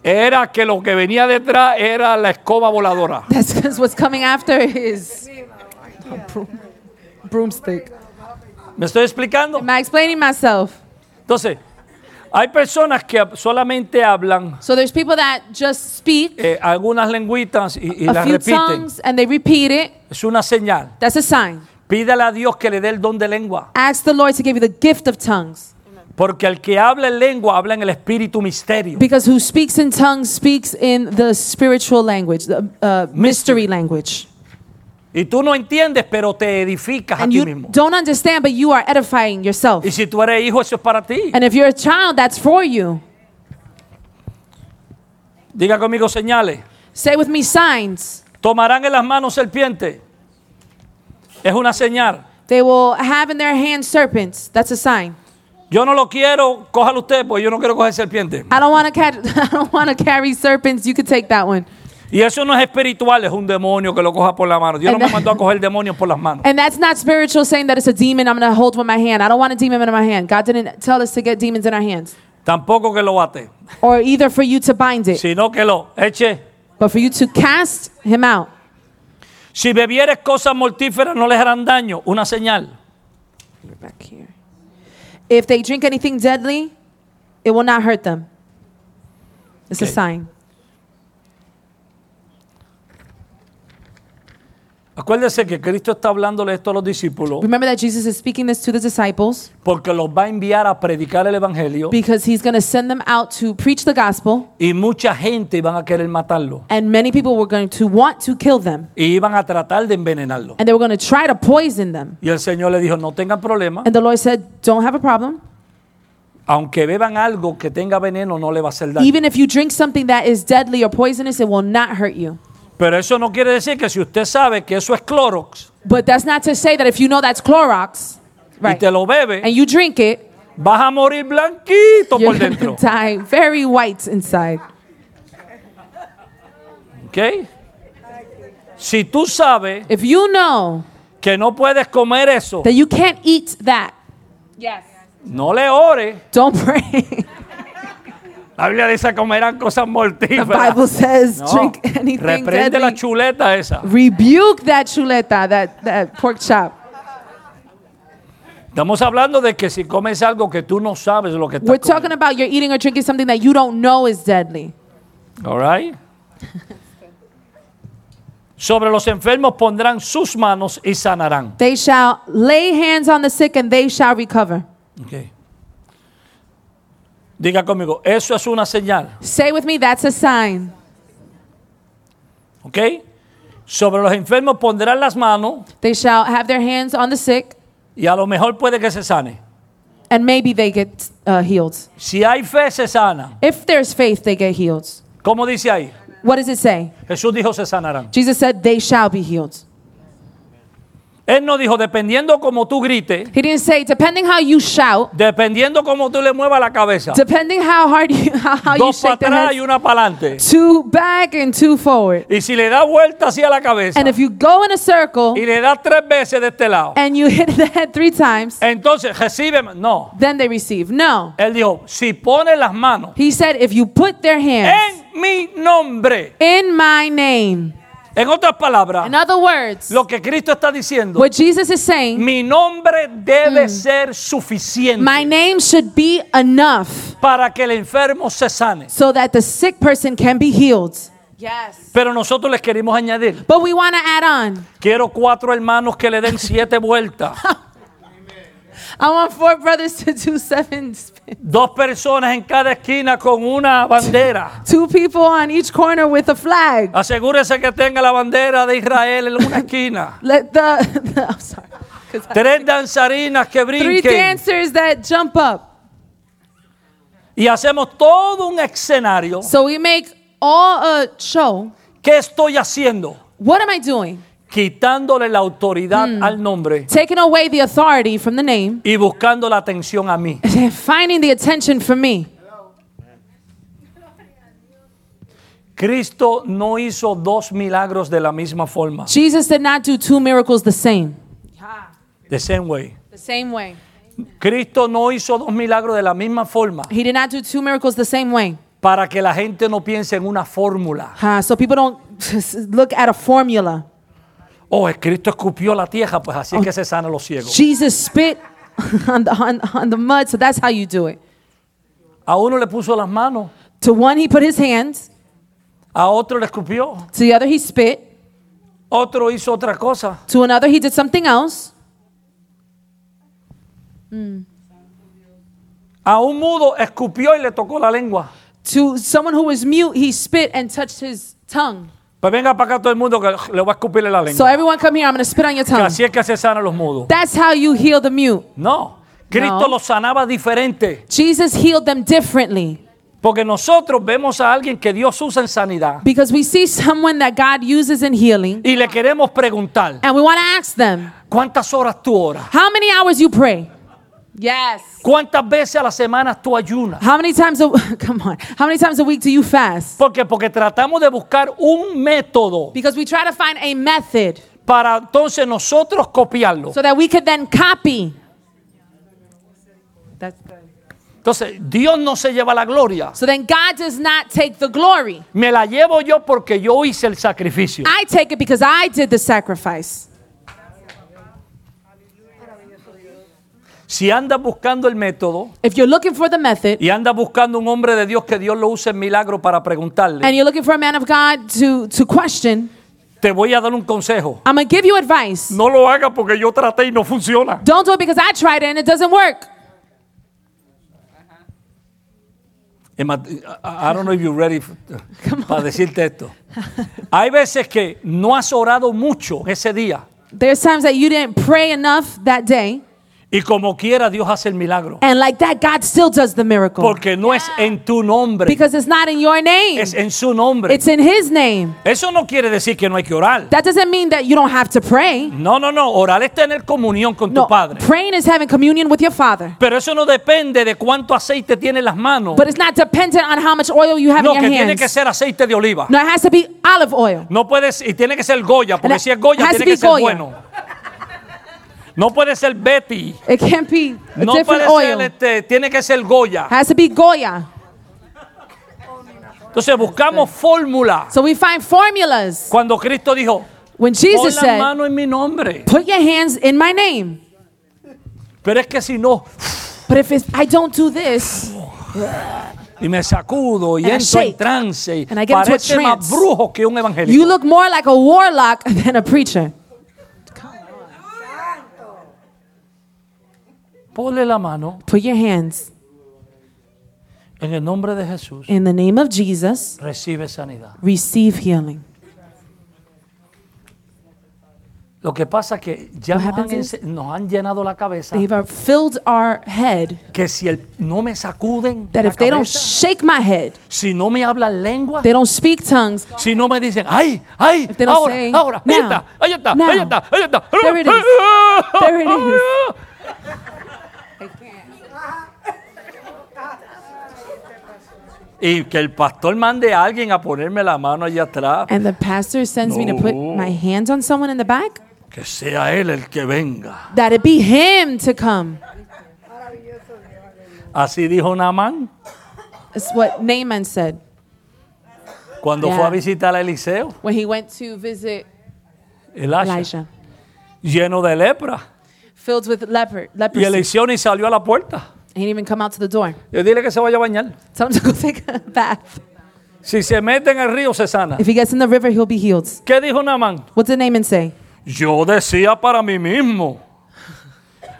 era que lo que venía detrás era la escoba voladora. That's because what's coming after is a broom- broomstick. ¿Me estoy explicando? Am I explaining myself? Entonces, hay personas que solamente hablan So there's people that just speak eh, algunas lengüitas y, y a las few repiten. tongues and they repeat it. Es una señal. That's a sign. Pídale a Dios que le dé el don de lengua. Ask the Lord to give you the gift of tongues. Porque el que habla en lengua habla en el espíritu misterio. Because who speaks in tongues speaks in the spiritual language, the uh, mystery language. Y tú no entiendes, pero te edificas a And ti you mismo. don't understand, but you are edifying yourself. Y si tú eres hijo, eso es para ti. And if you're a child, that's for you. Diga conmigo señales. Say with me signs. Tomarán en las manos serpiente. Es una señal. They will have in their hands serpents. That's a sign. Yo no lo quiero, cójalo usted, porque yo no quiero coger serpiente. I don't want to catch. I don't want to carry serpents. You could take that one. Y eso no es espiritual, es un demonio que lo coja por la mano. Dios no me mandó a coger demonios por las manos. And that's not spiritual. Saying that it's a demon, I'm gonna hold with my hand. I don't want a demon in my hand. God didn't tell us to get demons in our hands, Tampoco que lo bate, or either for you to bind it, sino que lo eche. but for you to cast him out. Si bebieres cosas mortíferas no les harán daño. Una señal. We're back here. If they drink anything deadly, it will not hurt them. It's Okay. a sign. Acuérdese que Cristo está hablándole esto a los discípulos Remember that Jesus is speaking this to the disciples porque los va a enviar a predicar el Evangelio because he's going to send them out to preach the gospel, y mucha gente van a querer matarlo and many people were going to want to kill them, y iban a tratar de envenenarlo. and they were going to try to poison them. Y el Señor le dijo, no tengan problema, And the Lord said, Don't have a problem. aunque beban algo que tenga veneno no le va a hacer daño. Even if you drink something that is deadly or poisonous, it will not hurt you. Pero eso no quiere decir que si usted sabe que eso es Clorox But that's not to say that if you know that's Clorox, y right, te lo and bebe, you drink it, vas a morir blanquito you're por going to dentro. die very white inside. ¿Ok? Si tú sabes If you know que no puedes comer eso, that you can't eat that, no le ores. don't pray. La Biblia dice comerán cosas the mortíferas. Bible says, uh, No, drink anything reprende la deadly. chuleta esa. Rebuke that chuleta, that, that pork chop. Estamos hablando de que si comes algo que tú no sabes lo que We're estás talking comiendo. about you're eating or drinking something that you don't know is deadly. All right? Sobre los enfermos pondrán sus manos y sanarán. They shall lay hands on the sick and they shall recover. Ok. Diga conmigo, eso es una señal. Say with me, that's a sign. ¿Ok? Sobre los enfermos pondrán las manos They shall have their hands on the sick y a lo mejor puede que se sane. and maybe they get uh, healed. Si hay fe, se sana. If there's faith, they get healed. ¿Cómo dice ahí? What does it say? Jesús dijo, se sanarán. Jesus said, they shall be healed. Él no dijo, dependiendo como tú grites, He didn't say, depending how you shout, dependiendo como tú le muevas la cabeza, depending how hard you, how, how you dos para shake the atrás y head, una para adelante. two back and two forward. Y si le das vuelta hacia la cabeza And if you go in a circle y le das tres veces de este lado, and you hit the head three times, entonces recibe. No, then they receive. No. él dijo, si pones las manos He said, if you put their hands en mi nombre, in my name. en otras palabras, In other words, lo que Cristo está diciendo, what Jesus is saying, mi nombre debe ser suficiente Mm. my name should be enough para que el enfermo se sane. so that the sick person can be healed. Yes. Pero nosotros les queremos añadir, But we want to add on. quiero cuatro hermanos que le den siete vueltas. I want four brothers to do seven spins. Dos personas en cada esquina con una bandera. Two people on each corner with a flag. Asegúrese que tenga la bandera de Israel en una esquina. Let the, I'm sorry. 'Cause I- Tres danzarinas que Three brinquen. dancers that jump up. Y hacemos todo un escenario. So we make all a show. ¿Qué estoy haciendo? What am I doing? Quitándole la autoridad al nombre Taking away the authority from the name y buscando la atención a mí. and finding the attention from me. Cristo no hizo dos milagros de la misma forma. Jesus did not do two miracles the same. The same way. The same way. Cristo no hizo dos milagros de la misma forma. He did not do two miracles the same way. para que la gente no piense en una fórmula. Ah, so people don't look at a formula. Oh, el Cristo escupió la tierra, pues así es que se sanan los ciegos. Jesus spit on the, on, on the mud, so that's how you do it. A uno le puso las manos, To one, he put his hands. a otro le escupió, To the other, he spit. otro hizo otra cosa. To another, he did something else. A un mudo escupió y le tocó la lengua. To someone who was mute, he spit and touched his tongue. Pues venga para acá todo el mundo que le voy a escupirle la So lengua. everyone come here, I'm going to spit on your Que tongue. así es que se sanan los mudos. That's how you heal the mute. No, Cristo No. los sanaba diferente. Jesus healed them differently Porque nosotros vemos a alguien que Dios usa en sanidad because we see someone that God uses in healing y le queremos preguntar, and we want to ask them, ¿cuántas horas tú oras? how many hours you pray? Yes. ¿Cuántas veces a la semana tú ayunas? How many times a come on? How many times a week do you fast? Porque porque tratamos de buscar un método Because we try to find a method para entonces nosotros copiarlo. so that we could then copy. That's Entonces, Dios no se lleva la gloria. so then God does not take the glory. Me la llevo yo porque yo hice el sacrificio. I take it because I did the sacrifice. Si andas buscando el método If you're looking for the method y andas buscando un hombre de Dios que Dios lo use en milagro para preguntarle, and you're looking for a man of God to to question, te voy a dar un consejo. I'm going to give you advice. No lo haga porque yo traté y no funciona. Don't do it because I tried it and it doesn't work. En Mat- I I don't know if you're ready for- para decirte esto. Hay veces que no has orado mucho ese día There's times that you didn't pray enough that day, y como quiera Dios hace el milagro. and like that, God still does the miracle Porque no es en tu nombre, because it's not in your name, es en su nombre. it's in His name. Eso no quiere decir que no hay que orar. That doesn't mean that you don't have to pray. No, no, no. Orar es tener comunión con No, tu Padre. praying is having communion with your Father, Pero eso no depende de cuánto aceite tiene en las manos. but it's not dependent on how much oil you have No, que in your tiene que hands. ser aceite de oliva. No, it has to be olive oil. No puedes, y tiene que ser Goya, porque And si es Goya, has tiene to be que ser Goya. bueno. No puede ser Betty. It can't be a No different puede oil. ser este, tiene que ser Goya. has to be Goya. Entonces buscamos fórmula. So we find formulas. Cuando Cristo dijo, When pon Jesus la said, mano en mi nombre. Put your hands in my name. Pero es que si no, But if it's, I don't do this, y me sacudo y And I entro en shake. trance, y And I get into a parece más trance. brujo que un you evangélico. look more like a warlock than a preacher. Ponle la mano Put your hands en el nombre de Jesús. in the name of Jesus. Recibe sanidad. Receive healing. Lo que pasa es que ya What nos han, happens ense- nos han llenado la cabeza They've uh, filled our head que si el- no me sacuden that la if they don't cabeza, shake my head, si no me hablan lengua, they don't speak tongues. si no me dicen, ay, ay, If they don't ahora, say, ahora, ahí now, está, ahí está, now, ahí está, ahí está. there it is, there it is. Y que el pastor mande a alguien a ponerme la mano allá atrás, And the pastor sends me to put No. my hands on someone in the back, que sea él el que venga. that it be him to come. Así dijo Naamán That's what Naaman said cuando Yeah. fue a visitar a Eliseo, when he went to visit Elisha, Elijah, lleno de lepra. filled with leper, Y leprosy. Eliseo ni salió a la puerta. He didn't even come out to the door. Yo dile que se vaya a bañar. Tell him to go take a bath. Si se mete en el río, se sana. If he gets in the river, he'll be healed. ¿Qué dijo Naamán? What did Naaman say? Yo decía para mí mismo,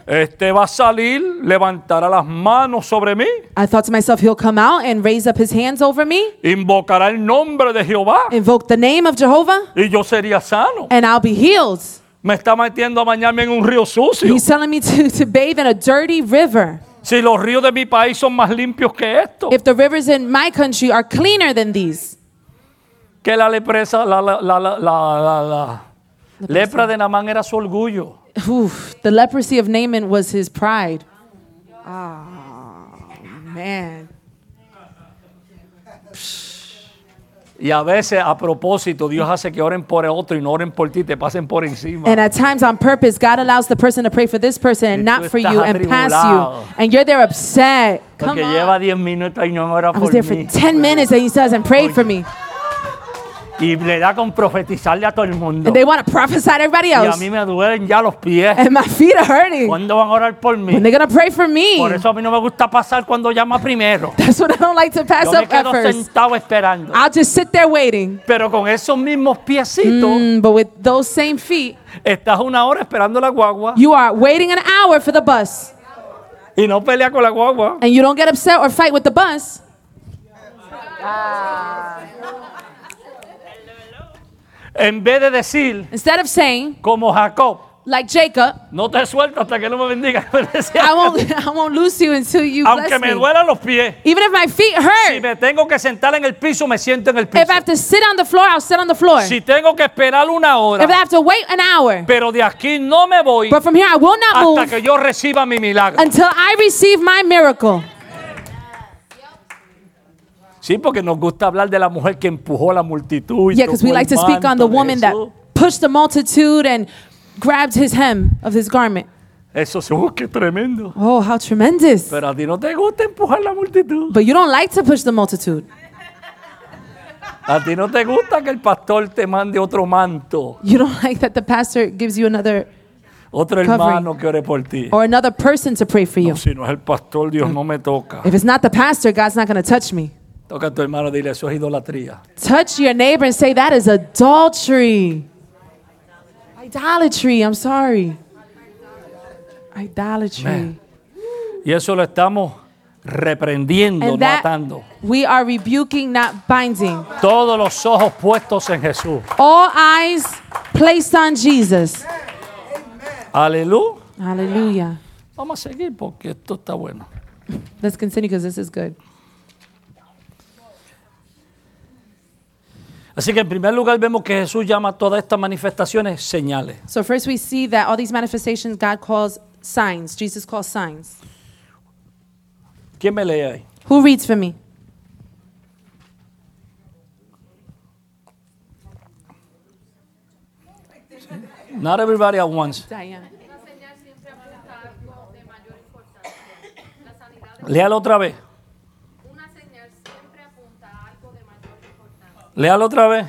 este va a salir, levantará las manos sobre mí, I thought to myself, he'll come out and raise up his hands over me, invocará el nombre de Jehová invoke the name of Jehovah, y yo sería sano. and I'll be healed. Me está metiendo a bañarme en un río sucio. He's telling me to, to bathe in a dirty river. Si los ríos de mi país son más limpios que esto, If the rivers in my country are cleaner than these, que la lepresa, la, la, la, la, la- la- la lepra de Namán era su orgullo. Oof, the leprosy of Naaman was his pride. Oh, man. Y a veces, a propósito, Dios hace que oren por otro y no oren por ti, te pasen por encima. And at times, on purpose, God allows the person to pray for this person and Y not tú for you estás and pass atribulado. you. And you're there upset. Come Porque on. lleva 10 minutos y no ora I was por there for mí. 10 minutes and he says, and prayed for me. Y le da con profetizarle a todo el mundo. And they want to prophesy to everybody Y a else. mí me duelen ya los pies. And my feet are hurting. When ¿Cuándo van a orar por mí? they're going to pray for me. Por eso a mí no me gusta pasar cuando llama primero. That's what I don't like to pass Yo me up at quedo first. sentado esperando. I'll just sit there waiting. Pero con esos mismos piecitos, Mm, but with those same feet, estás una hora esperando la guagua you are waiting an hour for the bus y no peleas con la guagua. and you don't get upset or fight with the bus. En vez de decir, Instead of saying, como Jacob, like Jacob, no te suelto hasta que no me bendiga. Me decía, I won't, I won't lose you until you Aunque bless me me. duelan los pies, Even if my feet si hurt, me tengo que sentar en el piso, me siento en el piso. if I have to sit on the floor, I'll sit on the floor. If Si tengo que esperar una hora, I have to wait an hour, pero de aquí no me voy but from here I will not hasta move que yo reciba mi milagro. until I receive my miracle. Sí, porque nos gusta hablar de la mujer que empujó a la multitud. y Yeah, because we tocó el like to speak on manto the de woman that Jesús. pushed the multitude and grabbed his hem of his garment. Eso sí, oh, qué tremendo. Oh, how tremendous. Pero a ti no te gusta empujar la multitud. But you don't like to push the multitude. A ti no te gusta que el pastor te mande otro manto, You don't like that the pastor gives you another otro hermano que ore por ti. or another person to pray for you. Si no es el pastor, Dios Mm. no me toca. If it's not the pastor, God's not going to touch me. Toca a tu hermano, dile, eso es idolatría. Touch your neighbor and say that is adultery. Idolatry, I'm sorry. Idolatry. Man. Y eso lo estamos reprendiendo, no And that atando. we are rebuking, not binding. Todos los ojos puestos en Jesús. All eyes placed on Jesus. Aleluya. Hallelujah. Vamos a seguir porque esto está bueno. Let's continue because this is good. Así que en primer lugar vemos que Jesús llama a todas estas manifestaciones señales. So first we see that all these manifestations God calls signs. Jesus calls signs. ¿Quién me lee ahí? Who reads for me? Not everybody at once. Diane. Esta señal siempre apunta a algo de mayor importancia. La sanidad de Léalo otra vez. una señal siempre apunta a algo de mayor importancia. Léalo otra vez.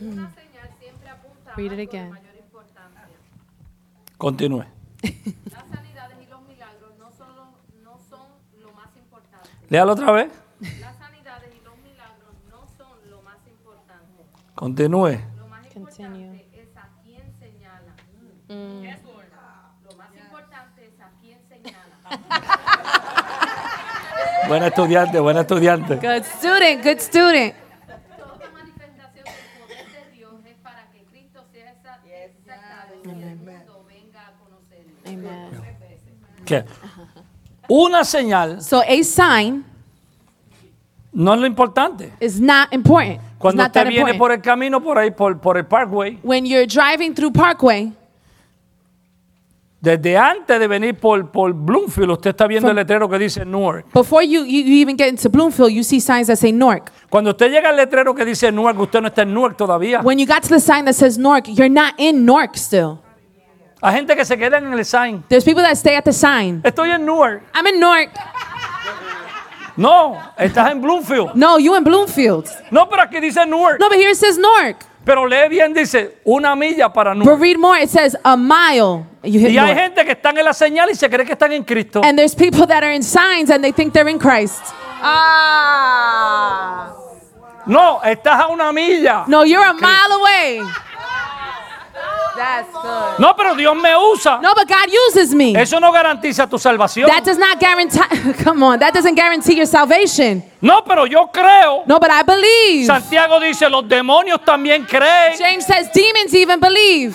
Una señal siempre apunta a Read it algo de again. mayor importancia. Continúe. Las sanidades y los milagros no son lo, no son lo más importante. Léalo otra vez. Las sanidades y los milagros no son lo más importante. Continúe. Lo más importante es a quién señala. Yes, Lord. Lo más importante es a quién señala. Buen estudiante, buen estudiante. Good student, good student. Toda manifestación del poder de Dios es para que Cristo sea exa- exaltado y el mundo venga a conocerlo. Amen. ¿Qué? Una señal So a sign no es lo importante. is not important. It's Cuando not usted that viene por important. el camino, por ahí, por, por el parkway, When you're driving through Parkway, Desde antes de venir por, por Bloomfield, usted está viendo el letrero que dice Newark. before you, you, you even get into Bloomfield, you see signs that say Newark. Cuando usted llega al letrero que dice Newark, usted no está en Newark todavía. When you got to the sign that says Newark, you're not in Newark still. Hay gente que se queda en el sign. There's people that stay at the sign. Estoy en Newark. I'm in Newark. No, estás en Bloomfield. No, you in Bloomfield. No, pero aquí dice Newark. No, but here it says Newark. Pero lee bien, dice una milla para But Newark. read more. It says a mile. You hit Y hay Newark. Eh. gente que están en la señal y se cree que están en Cristo. And there's people that are in signs and they think they're in Christ. Ah. No, estás a una milla. No, you're a mile away. That's good. No, pero Dios me usa. No, but God uses me. Eso no garantiza tu salvación. That does not guarantee. Come on, that doesn't guarantee your salvation. No, pero yo creo. No, but I believe. Santiago dice, los demonios también creen. James says demons even believe.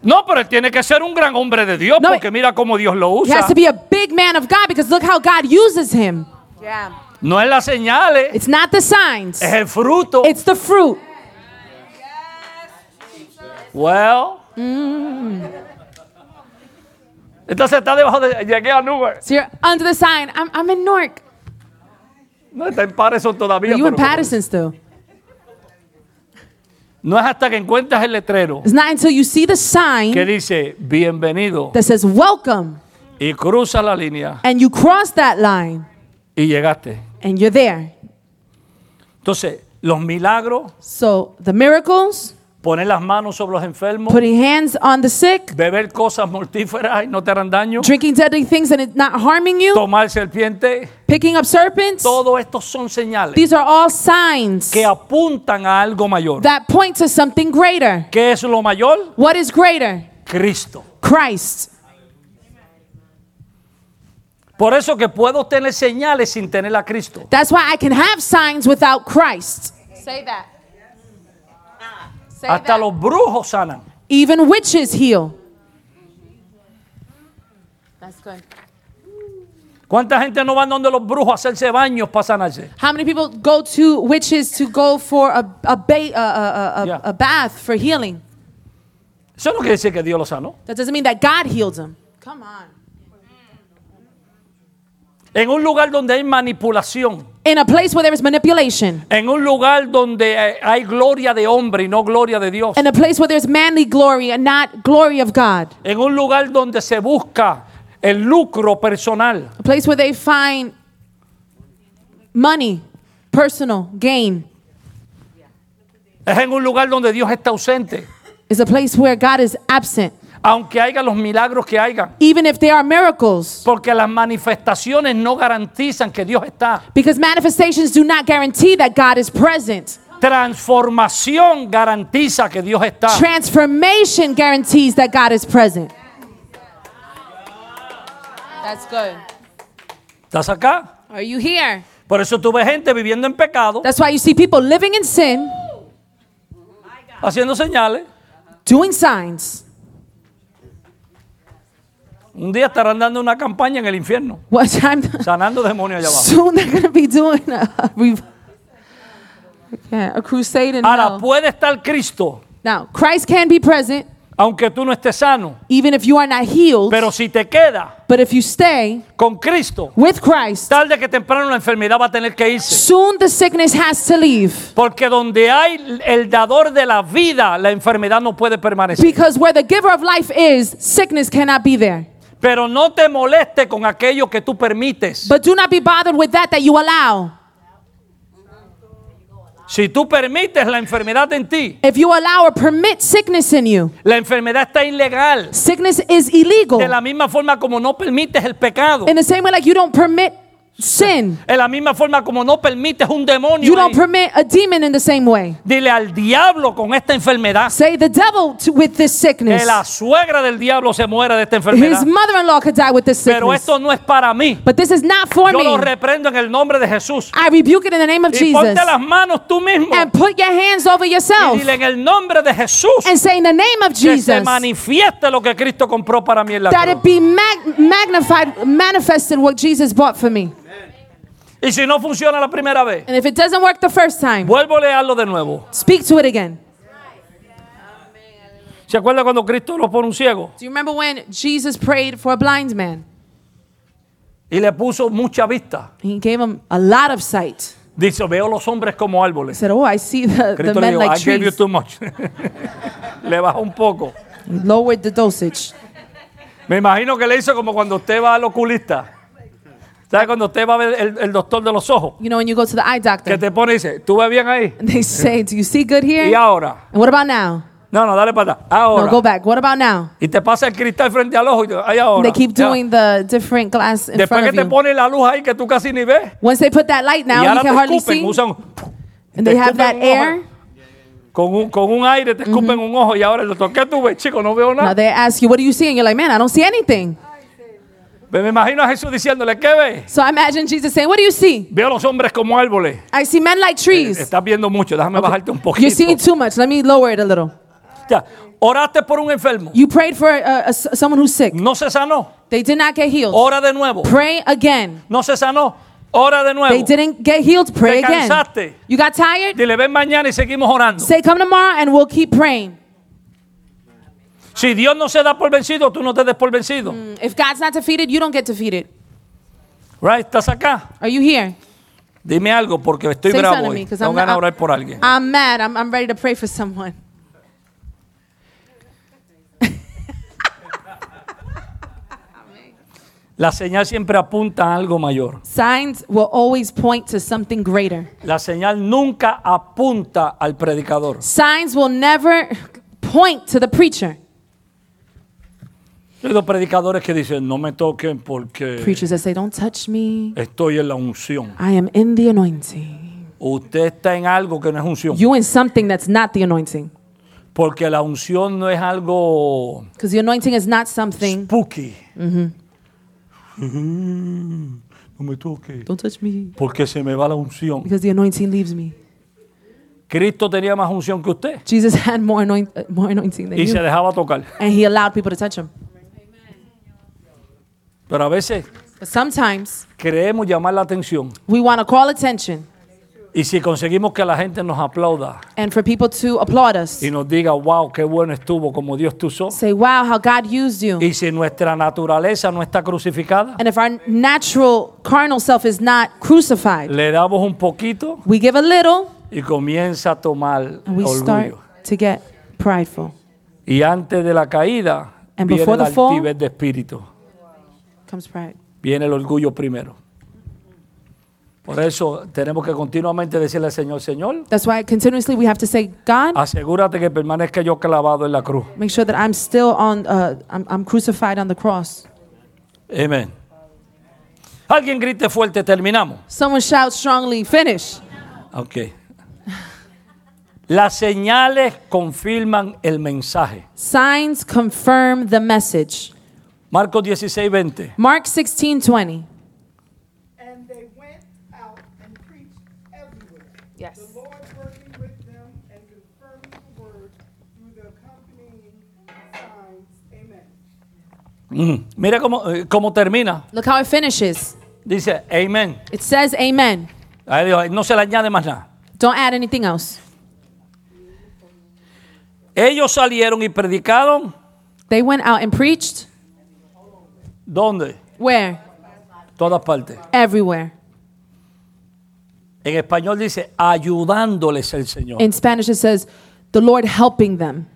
No, pero él tiene que ser un gran hombre de Dios No, eh. porque mira cómo Dios lo He usa. has to be a big man of God because look how God uses him. No es las señales, It's not the signs. es el fruto. It's the fruit. Well. Mm. Entonces está debajo de llegué a Newark. So you're under the sign. I'm, I'm in Newark. No, está en Patterson todavía. You in pero como- Patterson still. No es hasta que encuentras el letrero It's not until you see the que sign dice bienvenido that says welcome y cruzas la línea and you cross that line y llegaste. and you're there. Entonces, los milagros, So the miracles, poner las manos sobre los enfermos, putting hands on the sick, beber cosas mortíferas y no te harán daño, drinking deadly things and it's not harming you, tomar serpiente, picking up serpents, todo estos son señales these are all signs que apuntan a algo mayor. that point to something greater. ¿Qué es lo mayor? What is greater? Cristo. Christ. Por eso que puedo tener señales sin tener a Cristo. That's why I can have signs without Christ. Say that. Say Hasta los brujos sanan. Even witches heal. That's good. ¿Cuánta gente no va donde los brujos a hacerse baños para sanarse? How many people go to witches to go for a, a, ba- a, a, a, a- Yeah. a bath for healing? Eso no quiere decir que Dios lo sanó. That doesn't mean that God healed them. Come on. En un lugar donde hay manipulación, In a place where there is manipulation, en un lugar donde eh, hay gloria de hombre y no gloria de Dios, in a place where there's manly glory and not glory of God, en un lugar donde se busca el lucro personal, a place where they find money, personal gain, es en un lugar donde Dios está ausente, is a place where God is absent. aunque haya los milagros que hagan, Even if there are miracles, porque las manifestaciones no garantizan que Dios está. because manifestations do not guarantee that God is present. Transformación garantiza que Dios está. Transformation guarantees that God is present. That's good. ¿Estás acá? Are you here? Por eso tú ves gente viviendo en pecado, That's why you see people living in sin, haciendo señales. doing signs. Un día estarán dando una campaña en el infierno, What time? sanando demonios allá abajo. Soon they're going to be doing a, rev- yeah, a crusade in Ahora hell. puede estar Cristo, Now, Christ can be present aunque tú no estés sano, even if you are not healed, pero si te queda but if you stay con Cristo, with Christ, tarde que temprano la enfermedad va a tener que irse. soon the sickness has to leave. Porque donde hay el dador de la vida, la enfermedad no puede permanecer. Because where the giver of life is, sickness cannot be there. Pero no te moleste con aquello que tú permites. But do not be bothered with that that you allow. Si tú permites la enfermedad en ti, If you allow or permit sickness in you, la enfermedad está ilegal. sickness is illegal. De la misma forma como no permites el pecado. In the same way, like you don't permit sin, En la misma forma como no permites un demonio. you don't ahí. permit a demon in the same way. Dile al diablo con esta enfermedad. Say the devil to, with this Que sickness. la suegra del diablo se muera de esta enfermedad. His mother in law could die with this Pero sickness. esto no es para mí. But this is not for Yo lo me. reprendo en el nombre de Jesús. I rebuke it in the name of Y ponte Jesus. las manos tú mismo. And put your hands over Y yourself dile en el nombre de Jesús. and say, in the name of Que se Jesus, manifieste lo que Cristo compró para mí en la that it cruz. be mag- magnified, manifested what Jesus bought for me. Y si no funciona la primera vez, And if it doesn't work the first time, vuelvo a leerlo de nuevo. speak to it again. ¿Se acuerda cuando Cristo lo pone un ciego? Do you remember when Jesus prayed for a blind man? Y le puso mucha vista. He gave him a lot of sight. Dice, veo los hombres como He árboles. said, Oh, I see the, the Cristo le men dijo, like I gave you trees. too much. le bajó un poco. He Lowered the dosage. Me imagino que le hizo como cuando usted va al oculista. ¿Sabe cuando usted va a ver el, el doctor de los ojos? You know, when you go to the eye Que doctor, te pone y dice, ¿tú ves bien ahí? and they say, Do you see good Y here? ahora. And what about now? No, no, dale para atrás. No, Ahora. go back. What about now? y te pasa el cristal frente al ojo y te, ahí And ahora. They keep Ya. doing the different glass in Después front que of te you. pone la luz ahí que tú casi ni ves. Once they put that light y now, you ahora te can hardly escupen, see. usan te And they have escupen that un ojo. air. con un, con un aire, te escupen Mm-hmm. un ojo y ahora el doctor, ¿qué tú ves, chico? No veo Now nada. they ask you, What do you see? And you're like, Man, I don't see anything. Me me imagino a Jesús diciéndole, ¿qué ves? So I imagine Jesus saying, What do you see? Veo a los hombres como árboles. I see men like trees. Estás viendo mucho, déjame bajarte un poquito. You're seeing too much. Let me lower it a little. Ya. Oraste por un enfermo, You prayed for uh, a- someone who's sick. no se sanó. They did not get healed. Ora de nuevo. Pray again. No se sanó. Ora de nuevo. They didn't get healed. Pray Te again. cansaste. You got tired? Dile, ven mañana y seguimos orando. Say, Come tomorrow and we'll keep praying. Si Dios no se da por vencido, tú no te des por vencido. Mm. If God's not defeated, you don't get defeated. Right? ¿Estás acá? Are you here? Dime algo porque estoy Say bravo something to hoy. me, 'cause Tengo I'm ganas de not- orar por alguien. I'm mad. I'm, I'm ready to pray for someone. La señal siempre apunta a algo mayor. Signs will always point to something greater. La señal nunca apunta al predicador. Signs will never point to the preacher. Yo He oído predicadores que dicen, no me toquen porque Preachers that say, Don't touch me. estoy en la unción. I am in the anointing. Usted está en algo que no es unción. You in something that's not the anointing. Porque la unción no es algo Because the anointing is not something. spooky. Mm-hmm. Mm, No me toque. Don't touch me. Porque se me va la unción. Because the anointing leaves me. Cristo tenía más unción que usted. Jesus had more, anoint- uh, more anointing than Y se you. dejaba tocar. And he allowed people to touch him. Pero a veces But sometimes creemos llamar la atención. we want to call attention Y si conseguimos que la gente nos aplauda and for people to applaud us. y nos diga, wow, qué bueno estuvo como Dios te usó. Say, wow, how God used you. Y si nuestra naturaleza no está crucificada, And if our natural carnal self is not crucified, le damos un poquito we give a little y comienza a tomar and we start orgullo. to get prideful. Y antes de la caída, And viene before la the fall- altivez de espíritu. Comes pride. Viene el orgullo primero. Por eso tenemos que continuamente decirle al Señor, Señor, That's why continuously we have to say, God, asegúrate que permanezca yo clavado en la cruz. make sure that I'm still on, uh, I'm, I'm crucified on the cross. Amén. Alguien grite fuerte, terminamos. Someone shout strongly, finish. Ok. Las señales confirman el mensaje. Signs confirm the message. Marcos 16, 20. Mark 16 20. And they went out and preached everywhere. Yes. The Lord working with them and confirming the word through the accompanying signs. Amen. Mm. Mira cómo, eh, cómo termina. Look how it finishes. Dice, amén. It says, Amen. Ahí dijo, No se le añade más nada. Don't add anything else. Ellos salieron y predicaron. They went out and preached. ¿Dónde? Where? Todas partes. Everywhere. En español dice, ayudándoles el Señor. In Spanish, it says, the Lord helping them.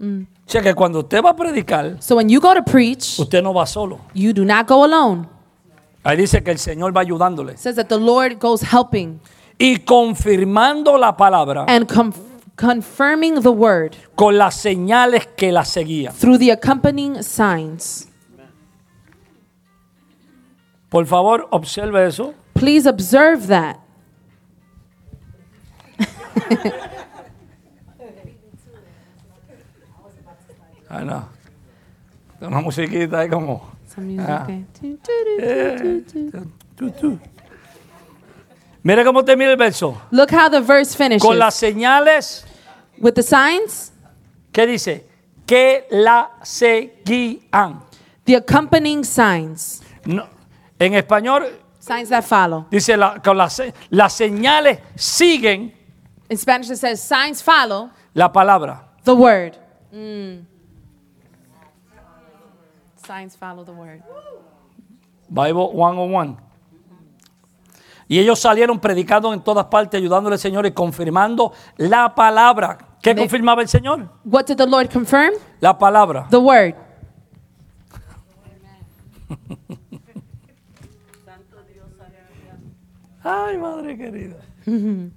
O sea que cuando usted va a predicar, So when you go to preach, usted no va solo. you do not go alone. Ahí dice que el Señor va ayudándoles. It says that the Lord goes helping y confirmando la palabra and com- confirming the word con las señales que la seguían. through the accompanying signs. Por favor, observe eso. Please observe that. Ah, no. Una musiquita ahí como... eh. Some music Ah. there. Do, do, do, do, do, do. tu, tu. Mira cómo termina el verso. Look how the verse finishes. Con las señales, With the signs, ¿qué dice? Que la seguían. the accompanying signs, No. En español signs that follow. dice la- con las, se- las señales siguen In Spanish, it says, signs follow la palabra. the word. Mm. Signs follow the word. Bible 101. Y ellos salieron predicando en todas partes, ayudándole al Señor y confirmando la palabra. ¿Qué Me- confirmaba el Señor? What did the Lord confirm? La palabra. The word. Ay, madre querida. En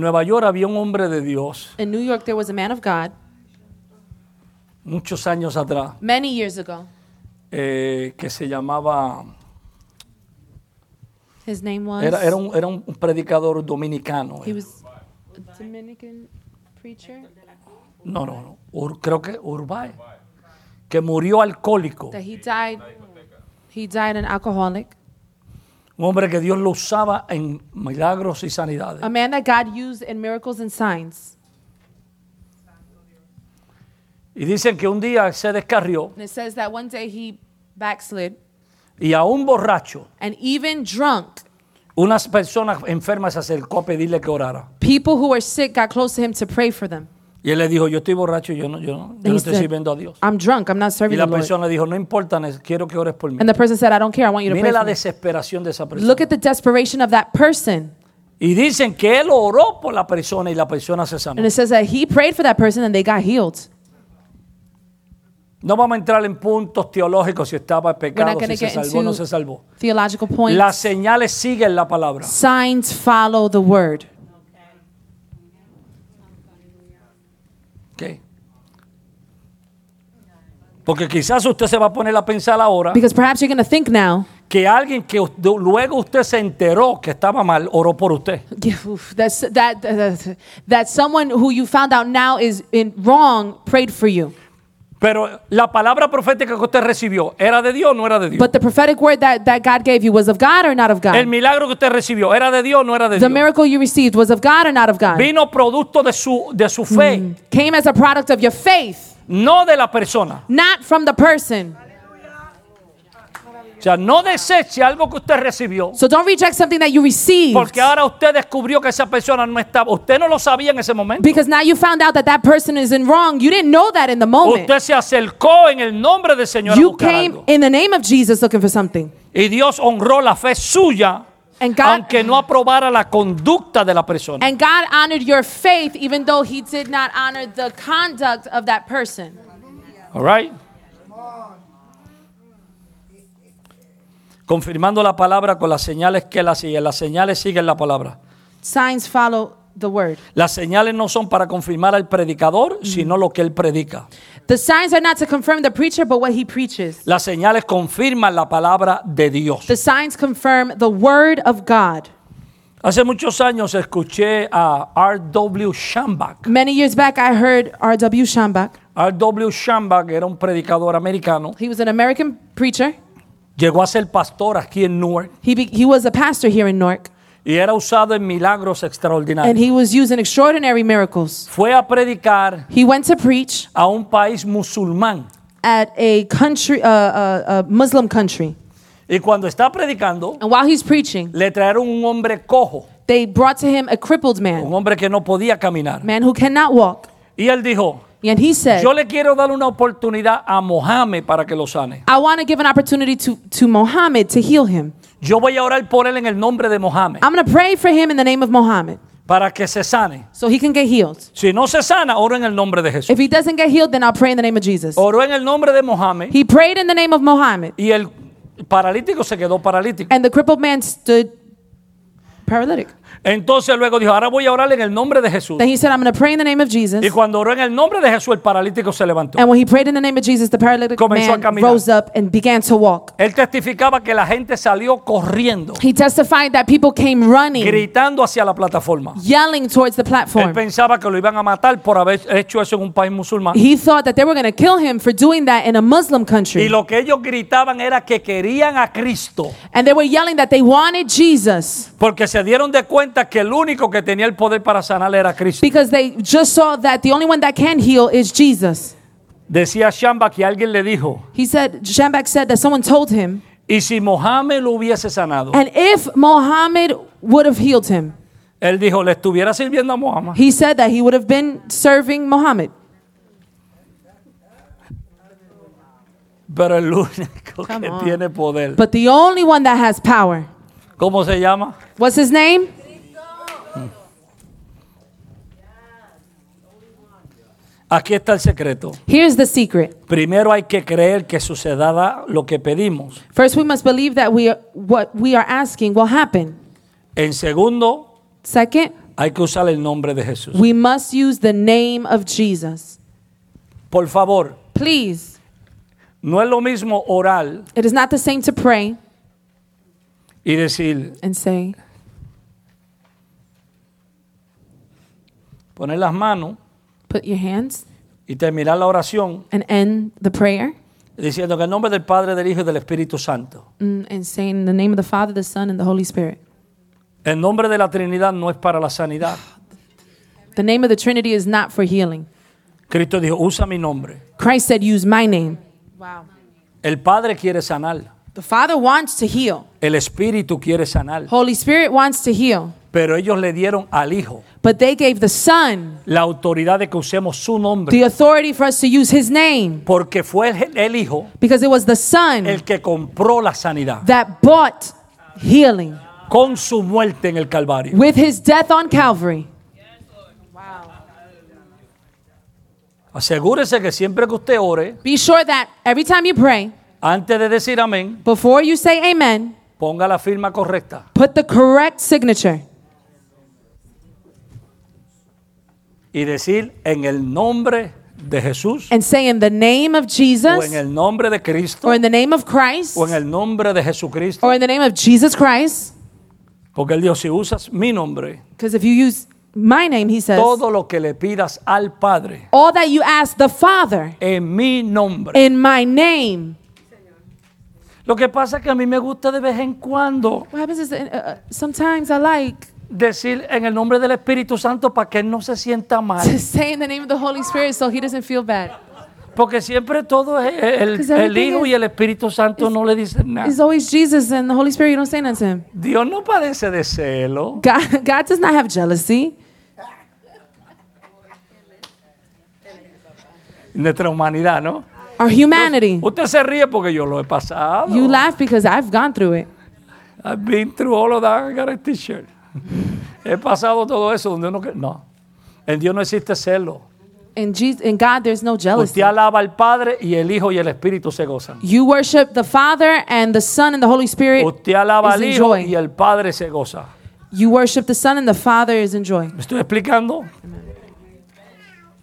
Nueva York había un hombre de Dios In New York, there was a man of God muchos años atrás many years ago. eh, que se llamaba, His name was. era, era un, era un predicador dominicano. eh. He was a Dominican preacher No, no, no. Ur- creo que Urbay. Que murió alcohólico. that he died. He died an alcoholic. Un hombre que Dios lo usaba en milagros y sanidades. A man that God used in miracles and signs. Y dicen que un día se descarrió And it says that one day he backslid, y a un borracho, and even drunk, unas personas enfermas se acercó a pedirle que orara. people who were sick got close to him to pray for them. Y él le dijo, yo estoy borracho, yo no, yo no, yo no He estoy said- sirviendo a Dios. I'm drunk. I'm not Y serving the la Lord. persona le dijo, no importa, ne- quiero que ores por mí. And the person said, I don't care. I want you to Mire pray. la For me. desesperación de esa persona. Look at the desperation of that person. Y dicen que él oró por la persona y la persona se sanó. And it says that he prayed for that person and they got healed. No vamos a entrar en puntos teológicos si estaba en We're pecado, not going si to se get salvó o no se into salvó. theological points. Las señales siguen la palabra. Signs follow the word. Ok. Porque quizás usted se va a poner a pensar ahora Because perhaps you're going to think now que alguien que usted- luego usted se enteró que estaba mal oró por usted. yeah, oof, that's, that, that, that someone who you found out now is in wrong prayed for you. Pero la palabra profética que usted recibió, ¿era de Dios o no era de Dios? But the prophetic word that, that God gave you was of God or not of El God? milagro que usted recibió, ¿era de Dios o no era de The Dios? miracle you received was of God or not of God? Vino producto de su, de su fe, Came as a product of your faith, no de la persona. not from the person. O sea, no deseche algo que usted recibió. So don't reject something that you received. Porque ahora usted descubrió que esa persona no estaba. Usted no lo sabía en ese momento. Because now you found out that that person is in wrong. You didn't know that in the moment. Usted se acercó en el nombre del Señor a You buscar came algo. in the name of Jesus looking for something. Y Dios honró la fe suya, And God- aunque no aprobara la conducta de la persona. And God honored your faith even though he did not honor the conduct of that person. All right? Confirmando la palabra con las señales que la siguen. Las señales siguen la palabra. Signs follow the word. Las señales no son para confirmar al predicador, sino lo que él predica. The signs are not to confirm the preacher, but what he preaches. Las señales confirman la palabra de Dios. The signs confirm the word of God. Hace muchos años escuché a R.W. Shambach. Many years back, I heard R.W. Schambach. R.W. Shambach era un predicador americano. He was an American preacher. Llegó a ser pastor aquí en Newark He, be, he was a pastor here in Newark, y era usado en milagros and extraordinarios. he was using extraordinary miracles. Fue a predicar He went to preach a un país musulmán at a country, uh, uh, a Muslim country. y cuando está predicando And while he's preaching, le trajeron un hombre cojo, they brought to him a crippled man, un hombre que no podía caminar. man who cannot walk. Y él dijo, And he said, yo le quiero dar una oportunidad a Mohammed para que lo sane. I want to give an opportunity to, to Mohammed to heal him. Yo voy a orar por él en el nombre de Mohammed I'm going to pray for him in the name of Mohammed para que se sane. so he can get healed. Si no se sana, oro en el nombre de Jesús. If he doesn't get healed, then I'll pray in the name of Jesus. Oró en el nombre de Mohammed He prayed in the name of Mohammed, y el paralítico se quedó paralítico. and the crippled man stood paralytic. Entonces luego dijo, ahora voy a orar en el nombre de Jesús. Then he said, I'm going to pray in the name of Y Jesus. cuando oró en el nombre de Jesús, el paralítico se levantó. And when he prayed in the name of Jesus, the paralytic Comenzó a man caminar. rose up and began to walk. Él testificaba que la gente salió corriendo, He testified that people came running, gritando hacia la plataforma. yelling towards the Él platform. pensaba que lo iban a matar por haber hecho eso en un país musulmán. He thought that they were going to kill him for doing that in a Muslim Y country. lo que ellos gritaban era que querían a Cristo, And they were yelling that they wanted Jesus porque se dieron de cuenta que el único que tenía el poder para sanar era Cristo. because they just saw that the only one that can heal is Jesus. Decía Shamba que alguien le dijo, He said, Shambach said that someone told him, y si Mohammed lo hubiese sanado, and if Mohammed would have healed him, él dijo, le estuviera sirviendo a Mohammed. he said that he would have been serving Mohammed. Pero el único Come que on. tiene poder, But the only one that has power, ¿cómo se llama? what's his name? Aquí está el secreto. Here's the secret. Primero hay que creer que sucederá lo que pedimos. First, we must believe that we are, what we are asking will happen. En segundo, Second, hay que usar el nombre de Jesús. we must use the name of Jesus. Por favor, Please, no es lo mismo orar it is not the same to pray y decir, and say, poner las manos put your hands y terminar la oración and end the prayer diciendo que en nombre del Padre, del Hijo y del Espíritu Santo. mm, and saying in the name of the Father, the Son, and the Holy Spirit. El nombre de la Trinidad no es para la sanidad. The name of the Trinity is not for healing. Cristo dijo, usa mi nombre. Christ said, use my name. Wow. El Padre quiere sanar. The Father wants to heal. El Espíritu quiere sanar. Holy Spirit wants to heal. Pero ellos le dieron al Hijo But they gave the Son la autoridad de que usemos su nombre. the authority for us to use his name Porque fue el, el Hijo because it was the Son el que compró la sanidad that bought healing con su muerte en el Calvario. with his death on Calvary. Asegúrese que siempre que usted ore, Be sure that every time you pray, antes de decir amén, before you say amen, ponga la firma correcta. put the correct signature Y decir en el nombre de Jesús, and say in the name of o en Jesus el nombre de Cristo, or in the name of Christ o en el nombre de Jesucristo. or in the name of Jesus Christ. Porque él dijo, si usas mi nombre, Because if you use my name, he says, todo lo que le pidas al Padre, all that you ask the Father en mi nombre. in my name. Lo que pasa es que a mí me gusta de vez en cuando What happens is uh, uh, sometimes I like decir en el nombre del Espíritu Santo para que él no se sienta mal. to say in the name of the Holy Spirit so he doesn't feel bad. Porque siempre todo es el, Because el everything Hijo is- y el Espíritu Santo no le dicen nada. It's always Jesus and the Holy Spirit. You don't say nothing to him. Dios no padece de celo. God, God does not have jealousy. Nuestra humanidad, ¿no? Our humanity. Usted se ríe porque yo lo he pasado. You laugh because I've gone through it. I've been through all of that. I got a t-shirt. he pasado todo eso donde uno que no. En Dios no existe celo. In, Jesus, in God, there's no Usted jealousy. alaba al Padre y el Hijo y el Espíritu se gozan. You worship the Father and the Son and the Holy Spirit Usted alaba is al in Hijo y joy. el Padre se goza. You worship the Son and the Father is in joy. ¿Me estoy explicando?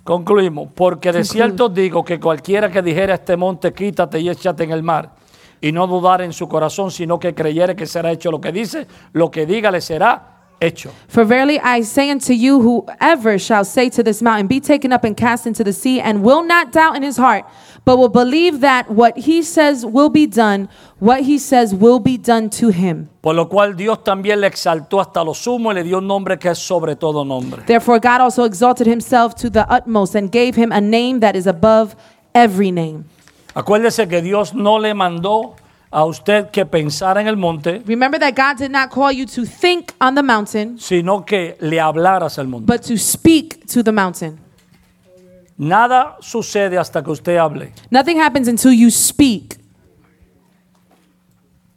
Concluimos. Porque de cierto os digo que cualquiera que dijera a este monte, quítate y échate en el mar, y no dudar en su corazón, sino que creyere que será hecho lo que dice, lo que diga le será hecho. For verily I say unto you, whoever shall say to this mountain, Be taken up and cast into the sea, and will not doubt in his heart, but will believe that what he says will be done, what he says will be done to him. Por lo cual Dios también le exaltó hasta lo sumo y le dio un nombre que es sobre todo nombre. Therefore God also exalted himself to the utmost and gave him a name that is above every name. Acuérdese que Dios no le mandó a usted que pensara en el monte, Remember that God did not call you to think on the mountain, sino que le hablaras al monte. but to speak to the mountain. Nada sucede hasta que usted hable. Nothing happens until you speak.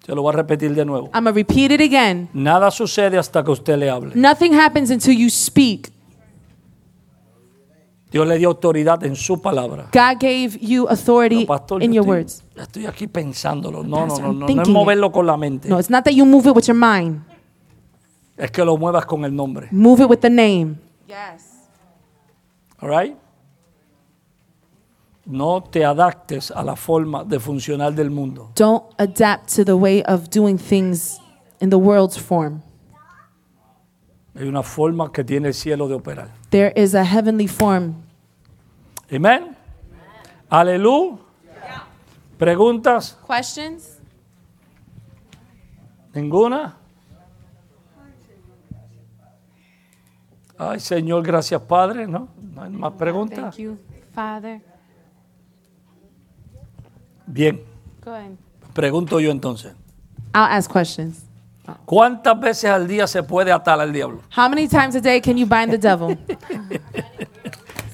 Se lo voy a repetir de nuevo. I'm going to repeat it again. Nada sucede hasta que usted le hable. Nothing happens until you speak. Dios le dio autoridad en su palabra. God gave you authority No, pastor, in yo your estoy, words. estoy aquí pensándolo. No, Pastor, no, I'm no, no, no es thinking it. moverlo con la mente. No, it's not that you move it with your mind. Es que lo muevas con el nombre. Move it with the name. All right? No te adaptes a la forma de funcionar del mundo. Don't adapt to the way of doing things in the world's form. Hay una forma que tiene el cielo de operar. There is a heavenly form. Amén. Aleluya. ¿Preguntas? Questions? ¿Ninguna? Ay, Señor, gracias, Padre. ¿No? ¿No hay más preguntas? you, Father. Bien, Go ahead. pregunto yo entonces. I'll ask questions. ¿Cuántas veces al día se puede atar al diablo? How many times a day can you bind the devil?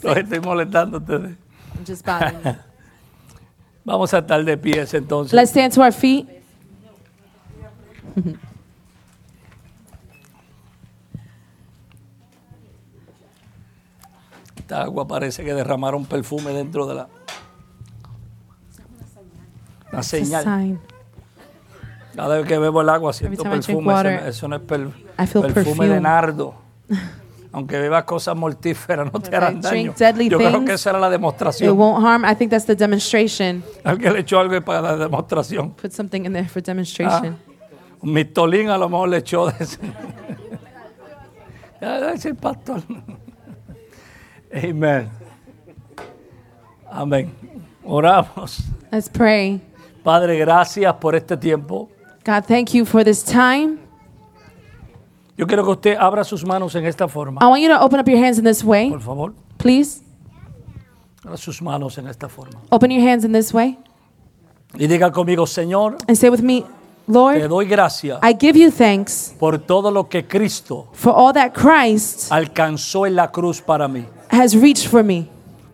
Los estoy molestando a ustedes. I'm just bothering. you. Vamos a estar de pies entonces. Let's stand to our feet. Esta agua parece que derramaron perfume dentro de la. Una It's a señal. sign. Cada vez que bebo el agua siento time I drink perfume. Eso no- water, Eso no es per- I perfume de feel perfume. nardo. Aunque bebas cosas mortíferas, no te harán daño. drink deadly Yo creo things, que esa era la It demostración. won't harm. I think that's the demonstration. Alguien le echó algo para la demostración. Put something in there for demonstration. Ah. Un mistolín a lo mejor le echó de ese. Ah, ese pastor. Amén. Amén. Oramos. Let's pray. Padre, gracias por este tiempo. God, thank you for this time. Yo quiero que usted abra sus manos en esta forma. I want you to open up your hands in this way, Por favor, please. abra sus manos en esta forma. Open your hands in this way Y diga conmigo, Señor, and say with me, Te Lord, doy gracias I give you thanks por todo lo que Cristo for all that Christ alcanzó en la cruz para mí. has reached for me.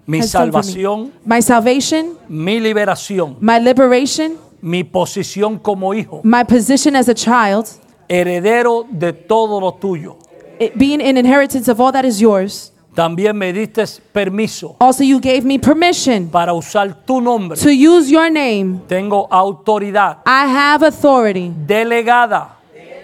Mi has done for me. salvación, my salvation, mi liberación, my liberation, mi posición como hijo, my position as a child, heredero de todo lo tuyo. it being an inheritance of all that is yours. También me diste permiso Also, you gave me permission para usar tu nombre. to use your name. Tengo autoridad I have authority, delegada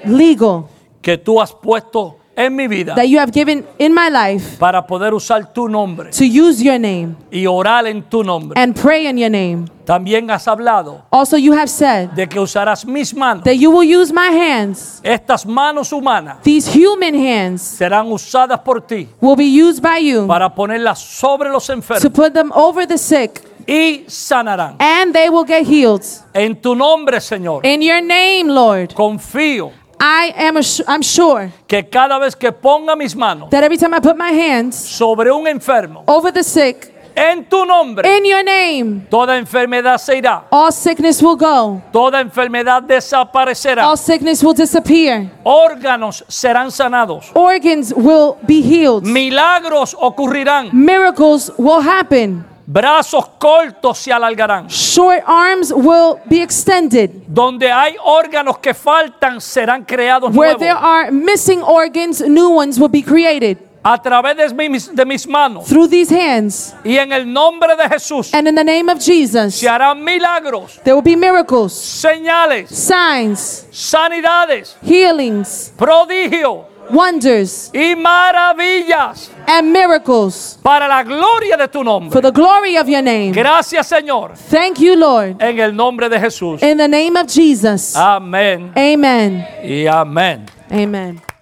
legal, que tú has puesto en mi vida that you have given in my life para poder usar tu nombre to use your name y orar en tu nombre. and pray in your name. También has hablado Also, you have said de que usarás mis manos. that you will use my hands, Estas manos humanas these human hands, serán usadas por ti will be used by you para ponerlas sobre los to enfermos put them over the sick, y sanarán. and they will get healed. En tu nombre, Señor, In your name, Lord, confío I am assu- I'm sure que cada vez que ponga mis manos that every time I put my hands sobre un enfermo, over the sick, en tu nombre, in your name, toda enfermedad se irá, all sickness will go, toda enfermedad desaparecerá, all sickness will disappear, órganos serán sanados, organs will be healed, milagros ocurrirán, miracles will happen, brazos cortos se alargarán, short arms will be extended. donde hay órganos que faltan serán creados Where there nuevos. are missing organs, new ones will be created A través de mis, de mis manos through these hands. y en el nombre de Jesús And in the name of Jesus, se harán milagros, there will be miracles, señales, signs, sanidades, healings, prodigio wonders, y maravillas and miracles para la gloria de tu nombre. for the glory of your name. Gracias, Señor, Thank you, Lord. en el nombre Eh. de Jesús. Ah. In the name of Jesus. Amén Amen. y amén. Amen.